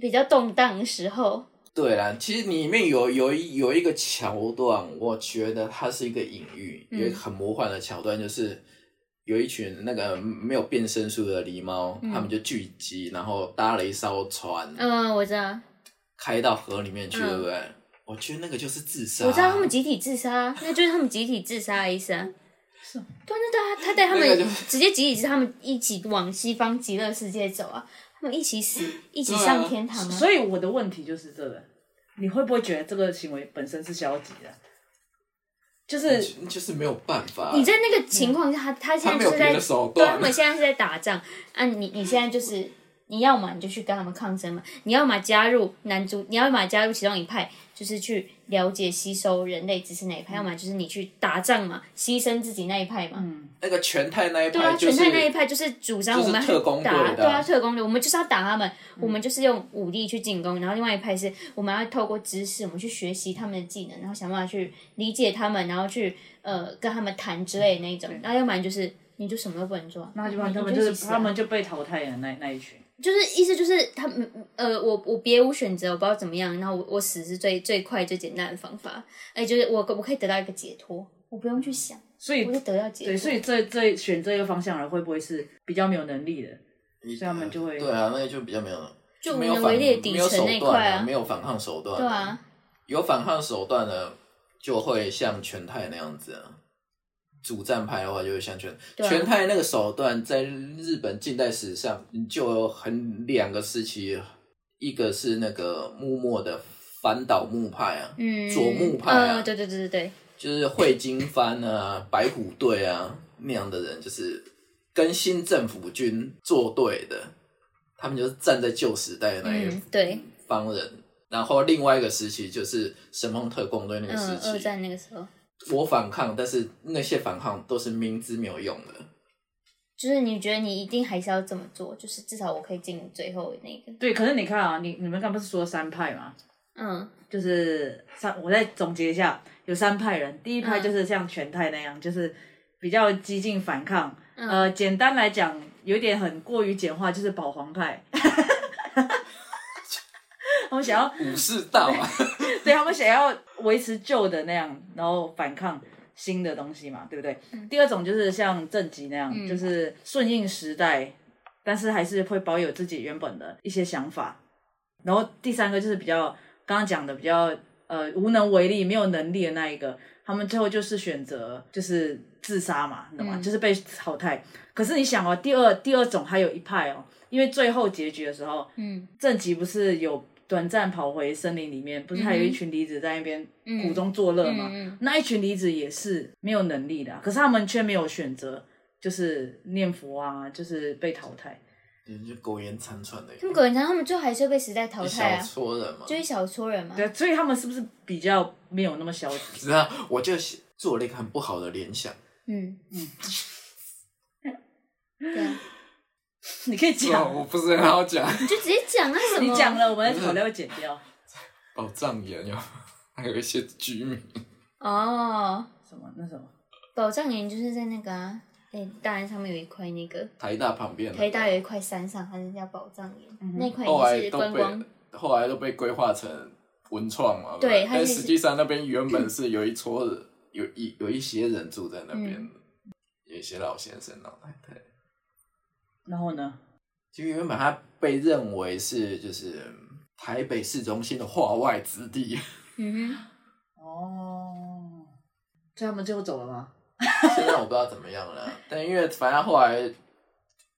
A: 比较动荡的时候，
B: 对啦，其实里面有有一有一个桥段，我觉得它是一个隐喻，
A: 嗯
B: 有一个很魔幻的桥段，就是有一群那个没有变身术的狸猫，
A: 嗯
B: 他们就聚集，然后搭了一艘船，
A: 嗯，我知道，
B: 开到河里面去，
A: 嗯
B: 对不对？我觉得那个就是自杀。
A: 我知道他们集体自 杀，那就是他们集体自杀的意思啊。
C: 是啊
A: 对啊，那他他带他
B: 那个
A: 们
B: 就
A: 直接集体是他们一起往西方极乐世界走啊，他们一起死，一起
B: 对啊
A: 上天堂啊。
C: 所以我的问题就是这个，你会不会觉得这个行为本身是消极的？就是
B: 就就是没有办法。
A: 你在那个情况下，他他现
B: 嗯他
A: 在就
B: 没有
A: 是在
B: 别的手
A: 对啊
B: 段
A: 他们现在是在打仗啊！你你现在就是你要么你就去跟他们抗争嘛，你要么加入男主，你要么加入其中一派，就是去了解吸收人类知识那一
B: 嗯
A: 派，要么就是你去打仗嘛，牺牲自己那一派嘛。
B: 那个全泰那一
A: 对啊，
B: 派哎就
A: 全
B: 是
A: 泰那一派就是主张
B: 就是
A: 我们
B: 特工队的
A: 打，对啊，特工队，我们就是要打他们，
C: 嗯
A: 我们就是用武力去进攻。然后另外一派是我们要透过知识，我们去学习他们的技能，然后想办法去理解他们，然后去呃跟他们谈之类的那一种。然后要不然就是你就什么都不能做啊，
C: 那
A: 你
C: 就把
A: 你
C: 他们
A: 就
C: 就
A: 一起
C: 是
A: 死啊
C: 他们就被淘汰了那那一群。
A: 就是意思就是他们呃，我我别无选择，我不知道怎么样，然后我我死是最最快最简单的方法。哎，就是我我可以得到一个解脱，我不用去想，
C: 所以
A: 我就得到解脱。
C: 对，所以这这选这个方向的人会不会是比较没有能力的？
B: 你
C: 所以他们就会
B: 对啊，那就比较没有，
A: 就
B: 没有
A: 无能
B: 反
A: 为力的底
B: 没有
A: 层
B: 手
A: 那一
B: 段
A: 块
B: 啊
A: 啊
B: 没有反抗手段，
A: 对啊，，
B: 有反抗手段的就会像全泰那样子啊。主战派的话，就会像全、
A: 对啊
B: 全泰那个手段，在日本近代史上就有很两个时期，一个是那个幕末的反倒幕派啊，
A: 嗯，
B: 左木派啊
A: 嗯，对对对对对，
B: 就是汇金番啊、白虎队啊那样的人，就是跟新政府军作对的，他们就是站在旧时代的那一
A: 嗯，对，
B: 帮人。然后另外一个时期就是神风特工队那个时
A: 嗯，二
B: 期，
A: 战那个时候，
B: 我反抗，但是那些反抗都是明知没有用的。
A: 就是你觉得你一定还是要这么做，就是至少我可以进最后那个，
C: 对，可是你看啊，你你们刚不是说三派吗？
A: 嗯
C: 就是三，我再总结一下，有三派人。第一派
A: 嗯
C: 就是像全泰那样，就是比较激进反抗。
A: 嗯
C: 呃，简单来讲，有点很过于简化，就是保 皇派。 他们想要
B: 武士道啊，
C: 对他们想要维持旧的那样，然后反抗新的东西嘛，对不对？第二种就是像正极那样，
A: 嗯
C: 就是顺应时代，但是还是会保有自己原本的一些想法。然后第三个就是比较刚刚讲的比较呃无能为力、没有能力的那一个，他们最后就是选择就是自杀嘛，你懂吗？
A: 嗯
C: 就是被淘汰。可是你想哦，第二第二种还有一派哦，因为最后结局的时候，
A: 嗯
C: 正极不是有短暂跑回森林里面，不是还有一群离子在那边
A: 嗯
C: 苦中作乐
A: 嗯
C: 嘛？
A: 嗯
C: 那一群离子也是没有能力的啊、可是他们却没有选择，就是念佛啊，就是被淘汰。
B: 就是苟延残喘的，
A: 他们苟延残喘，他们最后还是会被时代淘
B: 一
A: 汰
B: 小
A: 啊，
B: 撮人嘛。
A: 就一小撮人嘛。
C: 对，啊所以他们是不是比较没有那么消极？
B: 只是啊，我就做了一个很不好的联 想，
A: 嗯嗯，
B: 嗯
A: 对啊，
C: 你可以讲，
B: 哦我不是很好 讲。
A: 你就直接讲啊什么？
C: 你讲了，我们的调料会剪掉。
B: 保障员啊有，还有一些居民，
A: 哦，
C: 什么？那什么？
A: 宝藏岩就是在那个啊，哎、大安上面有一块那个
B: 台大旁边的。
A: 台大有一块山上，它是叫宝藏岩，
C: 嗯哼
A: 那块
B: 后
A: 也
B: 来
A: 是
B: 都
A: 观光，
B: 被后来都被规划成文创嘛，
A: 对
B: 不
A: 它
B: 但
A: 是
B: 实际上那边原本是有一撮人，有一有一些人住在那边
A: 嗯
B: 的，有一些老先生、哦老太太。
C: 然后呢？
B: 其实原本它被认为是就是台北市中心的化外 之地，
A: 嗯哼，
C: 哦，所以他们最后走了吗？
B: 现在我不知道怎么样了。但因为反正后来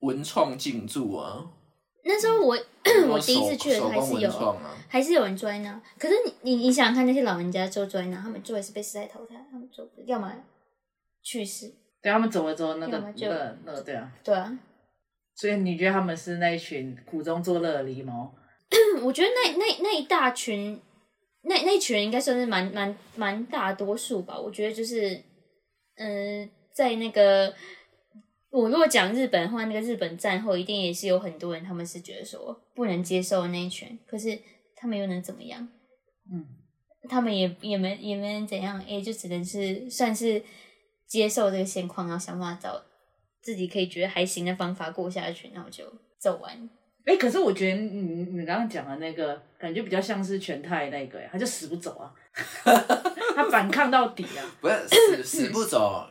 B: 文创进驻 啊，
A: 那时候我我第一次去的时
B: 手
A: 候还
B: 工
A: 是
B: 文
A: 有。
B: 创啊，
A: 还是有人追呢，可是你你你想想看，那些老人家就追呢，他们做也是被时代淘汰，他们做要么去世，
C: 对，他们走了之后，那个
A: 要么就
C: 那个那个对啊。
A: 对啊，
C: 所以你觉得他们是那一群苦中作乐的狸猫？
A: 我觉得那那那一大群，那那一群人应该算是蛮蛮蛮大多数吧。我觉得就是，嗯、在那个我如果讲日本的话，那个日本战后一定也是有很多人，他们是觉得说不能接受的那一群，可是他们又能怎么样？
C: 嗯，
A: 他们也也没也没能怎样，哎、就只能是算是接受这个现况，然后想办法找自己可以觉得还行的方法过下去，然后就走完。
C: 哎、可是我觉得你你刚刚讲的那个感觉比较像是全泰那个耶，欸他就死不走啊， 他反抗到底啊。
B: 不是死死不走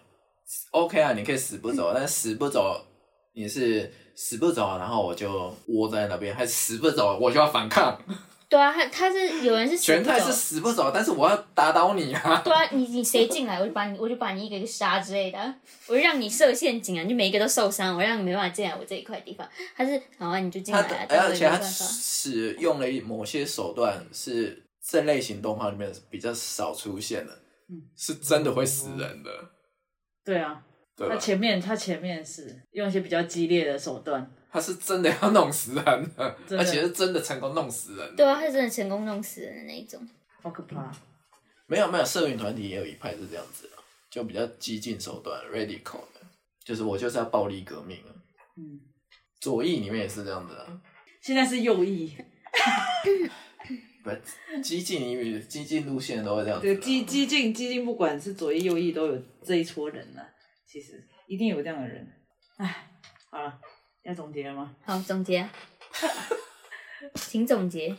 B: ，OK 啊，你可以死不走，但死不走你是死不走，然后我就窝在那边，还是死不走，我就要反抗。
A: 对啊，他他是有人是死
B: 全
A: 不
B: 泰
A: 走
B: 是死不走，但是我要打倒你啊！
A: 对啊，你你谁进来，我就把你，我就把你一个一个杀之类的啊，我就让你设陷阱啊，你就每一个都受伤，我让你没办法进来我这一块地方。他是好啊，你就进来
B: 他
A: 啊，但我
B: 而
A: 也
B: 且
A: 没
B: 他
A: 办法。
B: 使用了某些手段是这类型动画里面比较少出现的
C: 嗯，
B: 是真的会死人的，
C: 对啊，
B: 对
C: 他
B: 吧？
C: 前面他前面是用一些比较激烈的手段，
B: 他是真的要弄死人的，
C: 真的
B: 而且是真的成功弄死人的。
A: 对啊，他是真的成功弄死人的那一种。
C: 好可怕。啊
B: 没有没有，社运团体也有一派是这样子的，就比较激进手段，radical 的，就是我就是要暴力革命啊。
C: 嗯，
B: 左翼里面也是这样子啊，
C: 现在是右翼，
B: 不，激进与激进路线都会这样子
C: 对
B: 啊。
C: 激激进激进，不管是左翼右翼都有这一撮人啊。其实一定有这样的人。哎，好了，要总结了吗？
A: 好，总结，请总结，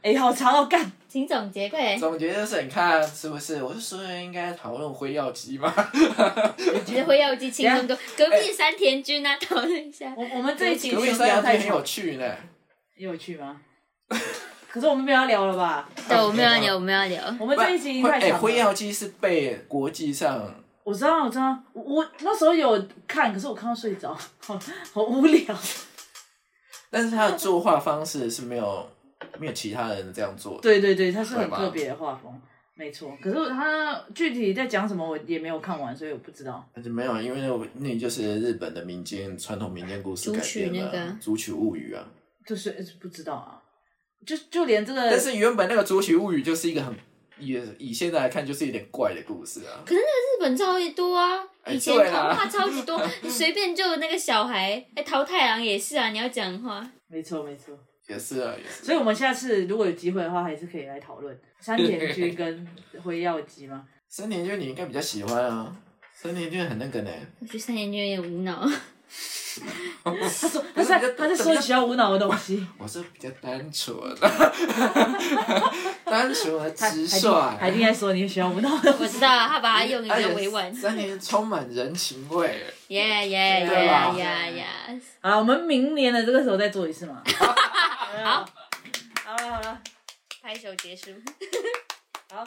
C: 哎、好长哦，干。
A: 请总结，快点！
B: 总结就是，你看是不是？我就说应该讨论辉耀姬嘛。
A: 你是会要记青
B: 哎
A: 春歌，隔壁山田君啊，讨论一下。
C: 我我们这一集
B: 隔壁
C: 闲
B: 山
C: 聊
B: 羊
C: 太
B: 记很
C: 久
B: 有，趣呢。
C: 有趣吗？ 可是我们没有要聊了吧？
B: 哎
A: 对，我们要聊，我们要聊。
C: 我们这一集
B: 不
C: 太
B: 哎，
C: 长
B: 辉
C: 了。
B: 耀姬是被国际上
C: 我知道，我知道，我我那时候有看，可是我看到睡着，好好无聊。
B: 但是他的作画方式是没有没有其他人这样做的。
C: 对对对，它是很
B: 对吧
C: 特别的画风，没错。可是它具体在讲什么，我也没有看完，所以我不知道。
B: 但是没有，因为那那就是日本的民间传统民间故事
A: 竹
B: 改
A: 取
B: 编的、
A: 那个
B: 《竹取物语》啊。
C: 就是不知道啊，就就连这个，
B: 但是原本那个《竹取物语》就是一个很也以现在来看就是有点怪的故事啊。
A: 日本超级多啊，
B: 哎
A: 以前
B: 对
A: 童
B: 啦
A: 话超级多， 你随便就那个小孩，哎，桃太郎也是啊，你要讲话。
C: 没错没错。
B: 也是啊，也是。
C: 所以我们下次如果有机会的话，还是可以来讨论山 田君跟辉耀姬嘛。
B: 森田君你应该比较喜欢啊，森田君很那个呢。
A: 我觉得三年就有点无脑。
C: 他说他在他在说学校无脑的东 西。
B: 我是比较单纯， 单纯而直
C: 海
B: 率。
C: 定在说你喜欢舞蹈的，
A: 我知道啊，他把它用
B: 哎
A: 的比较委婉
B: 而且。森田充满人情味。
A: 耶耶
B: 对吧
A: 耶耶耶！
C: 好，我们明年的这个时候再做 一次嘛。好，好了好了，
A: 拍手结束。
C: 好，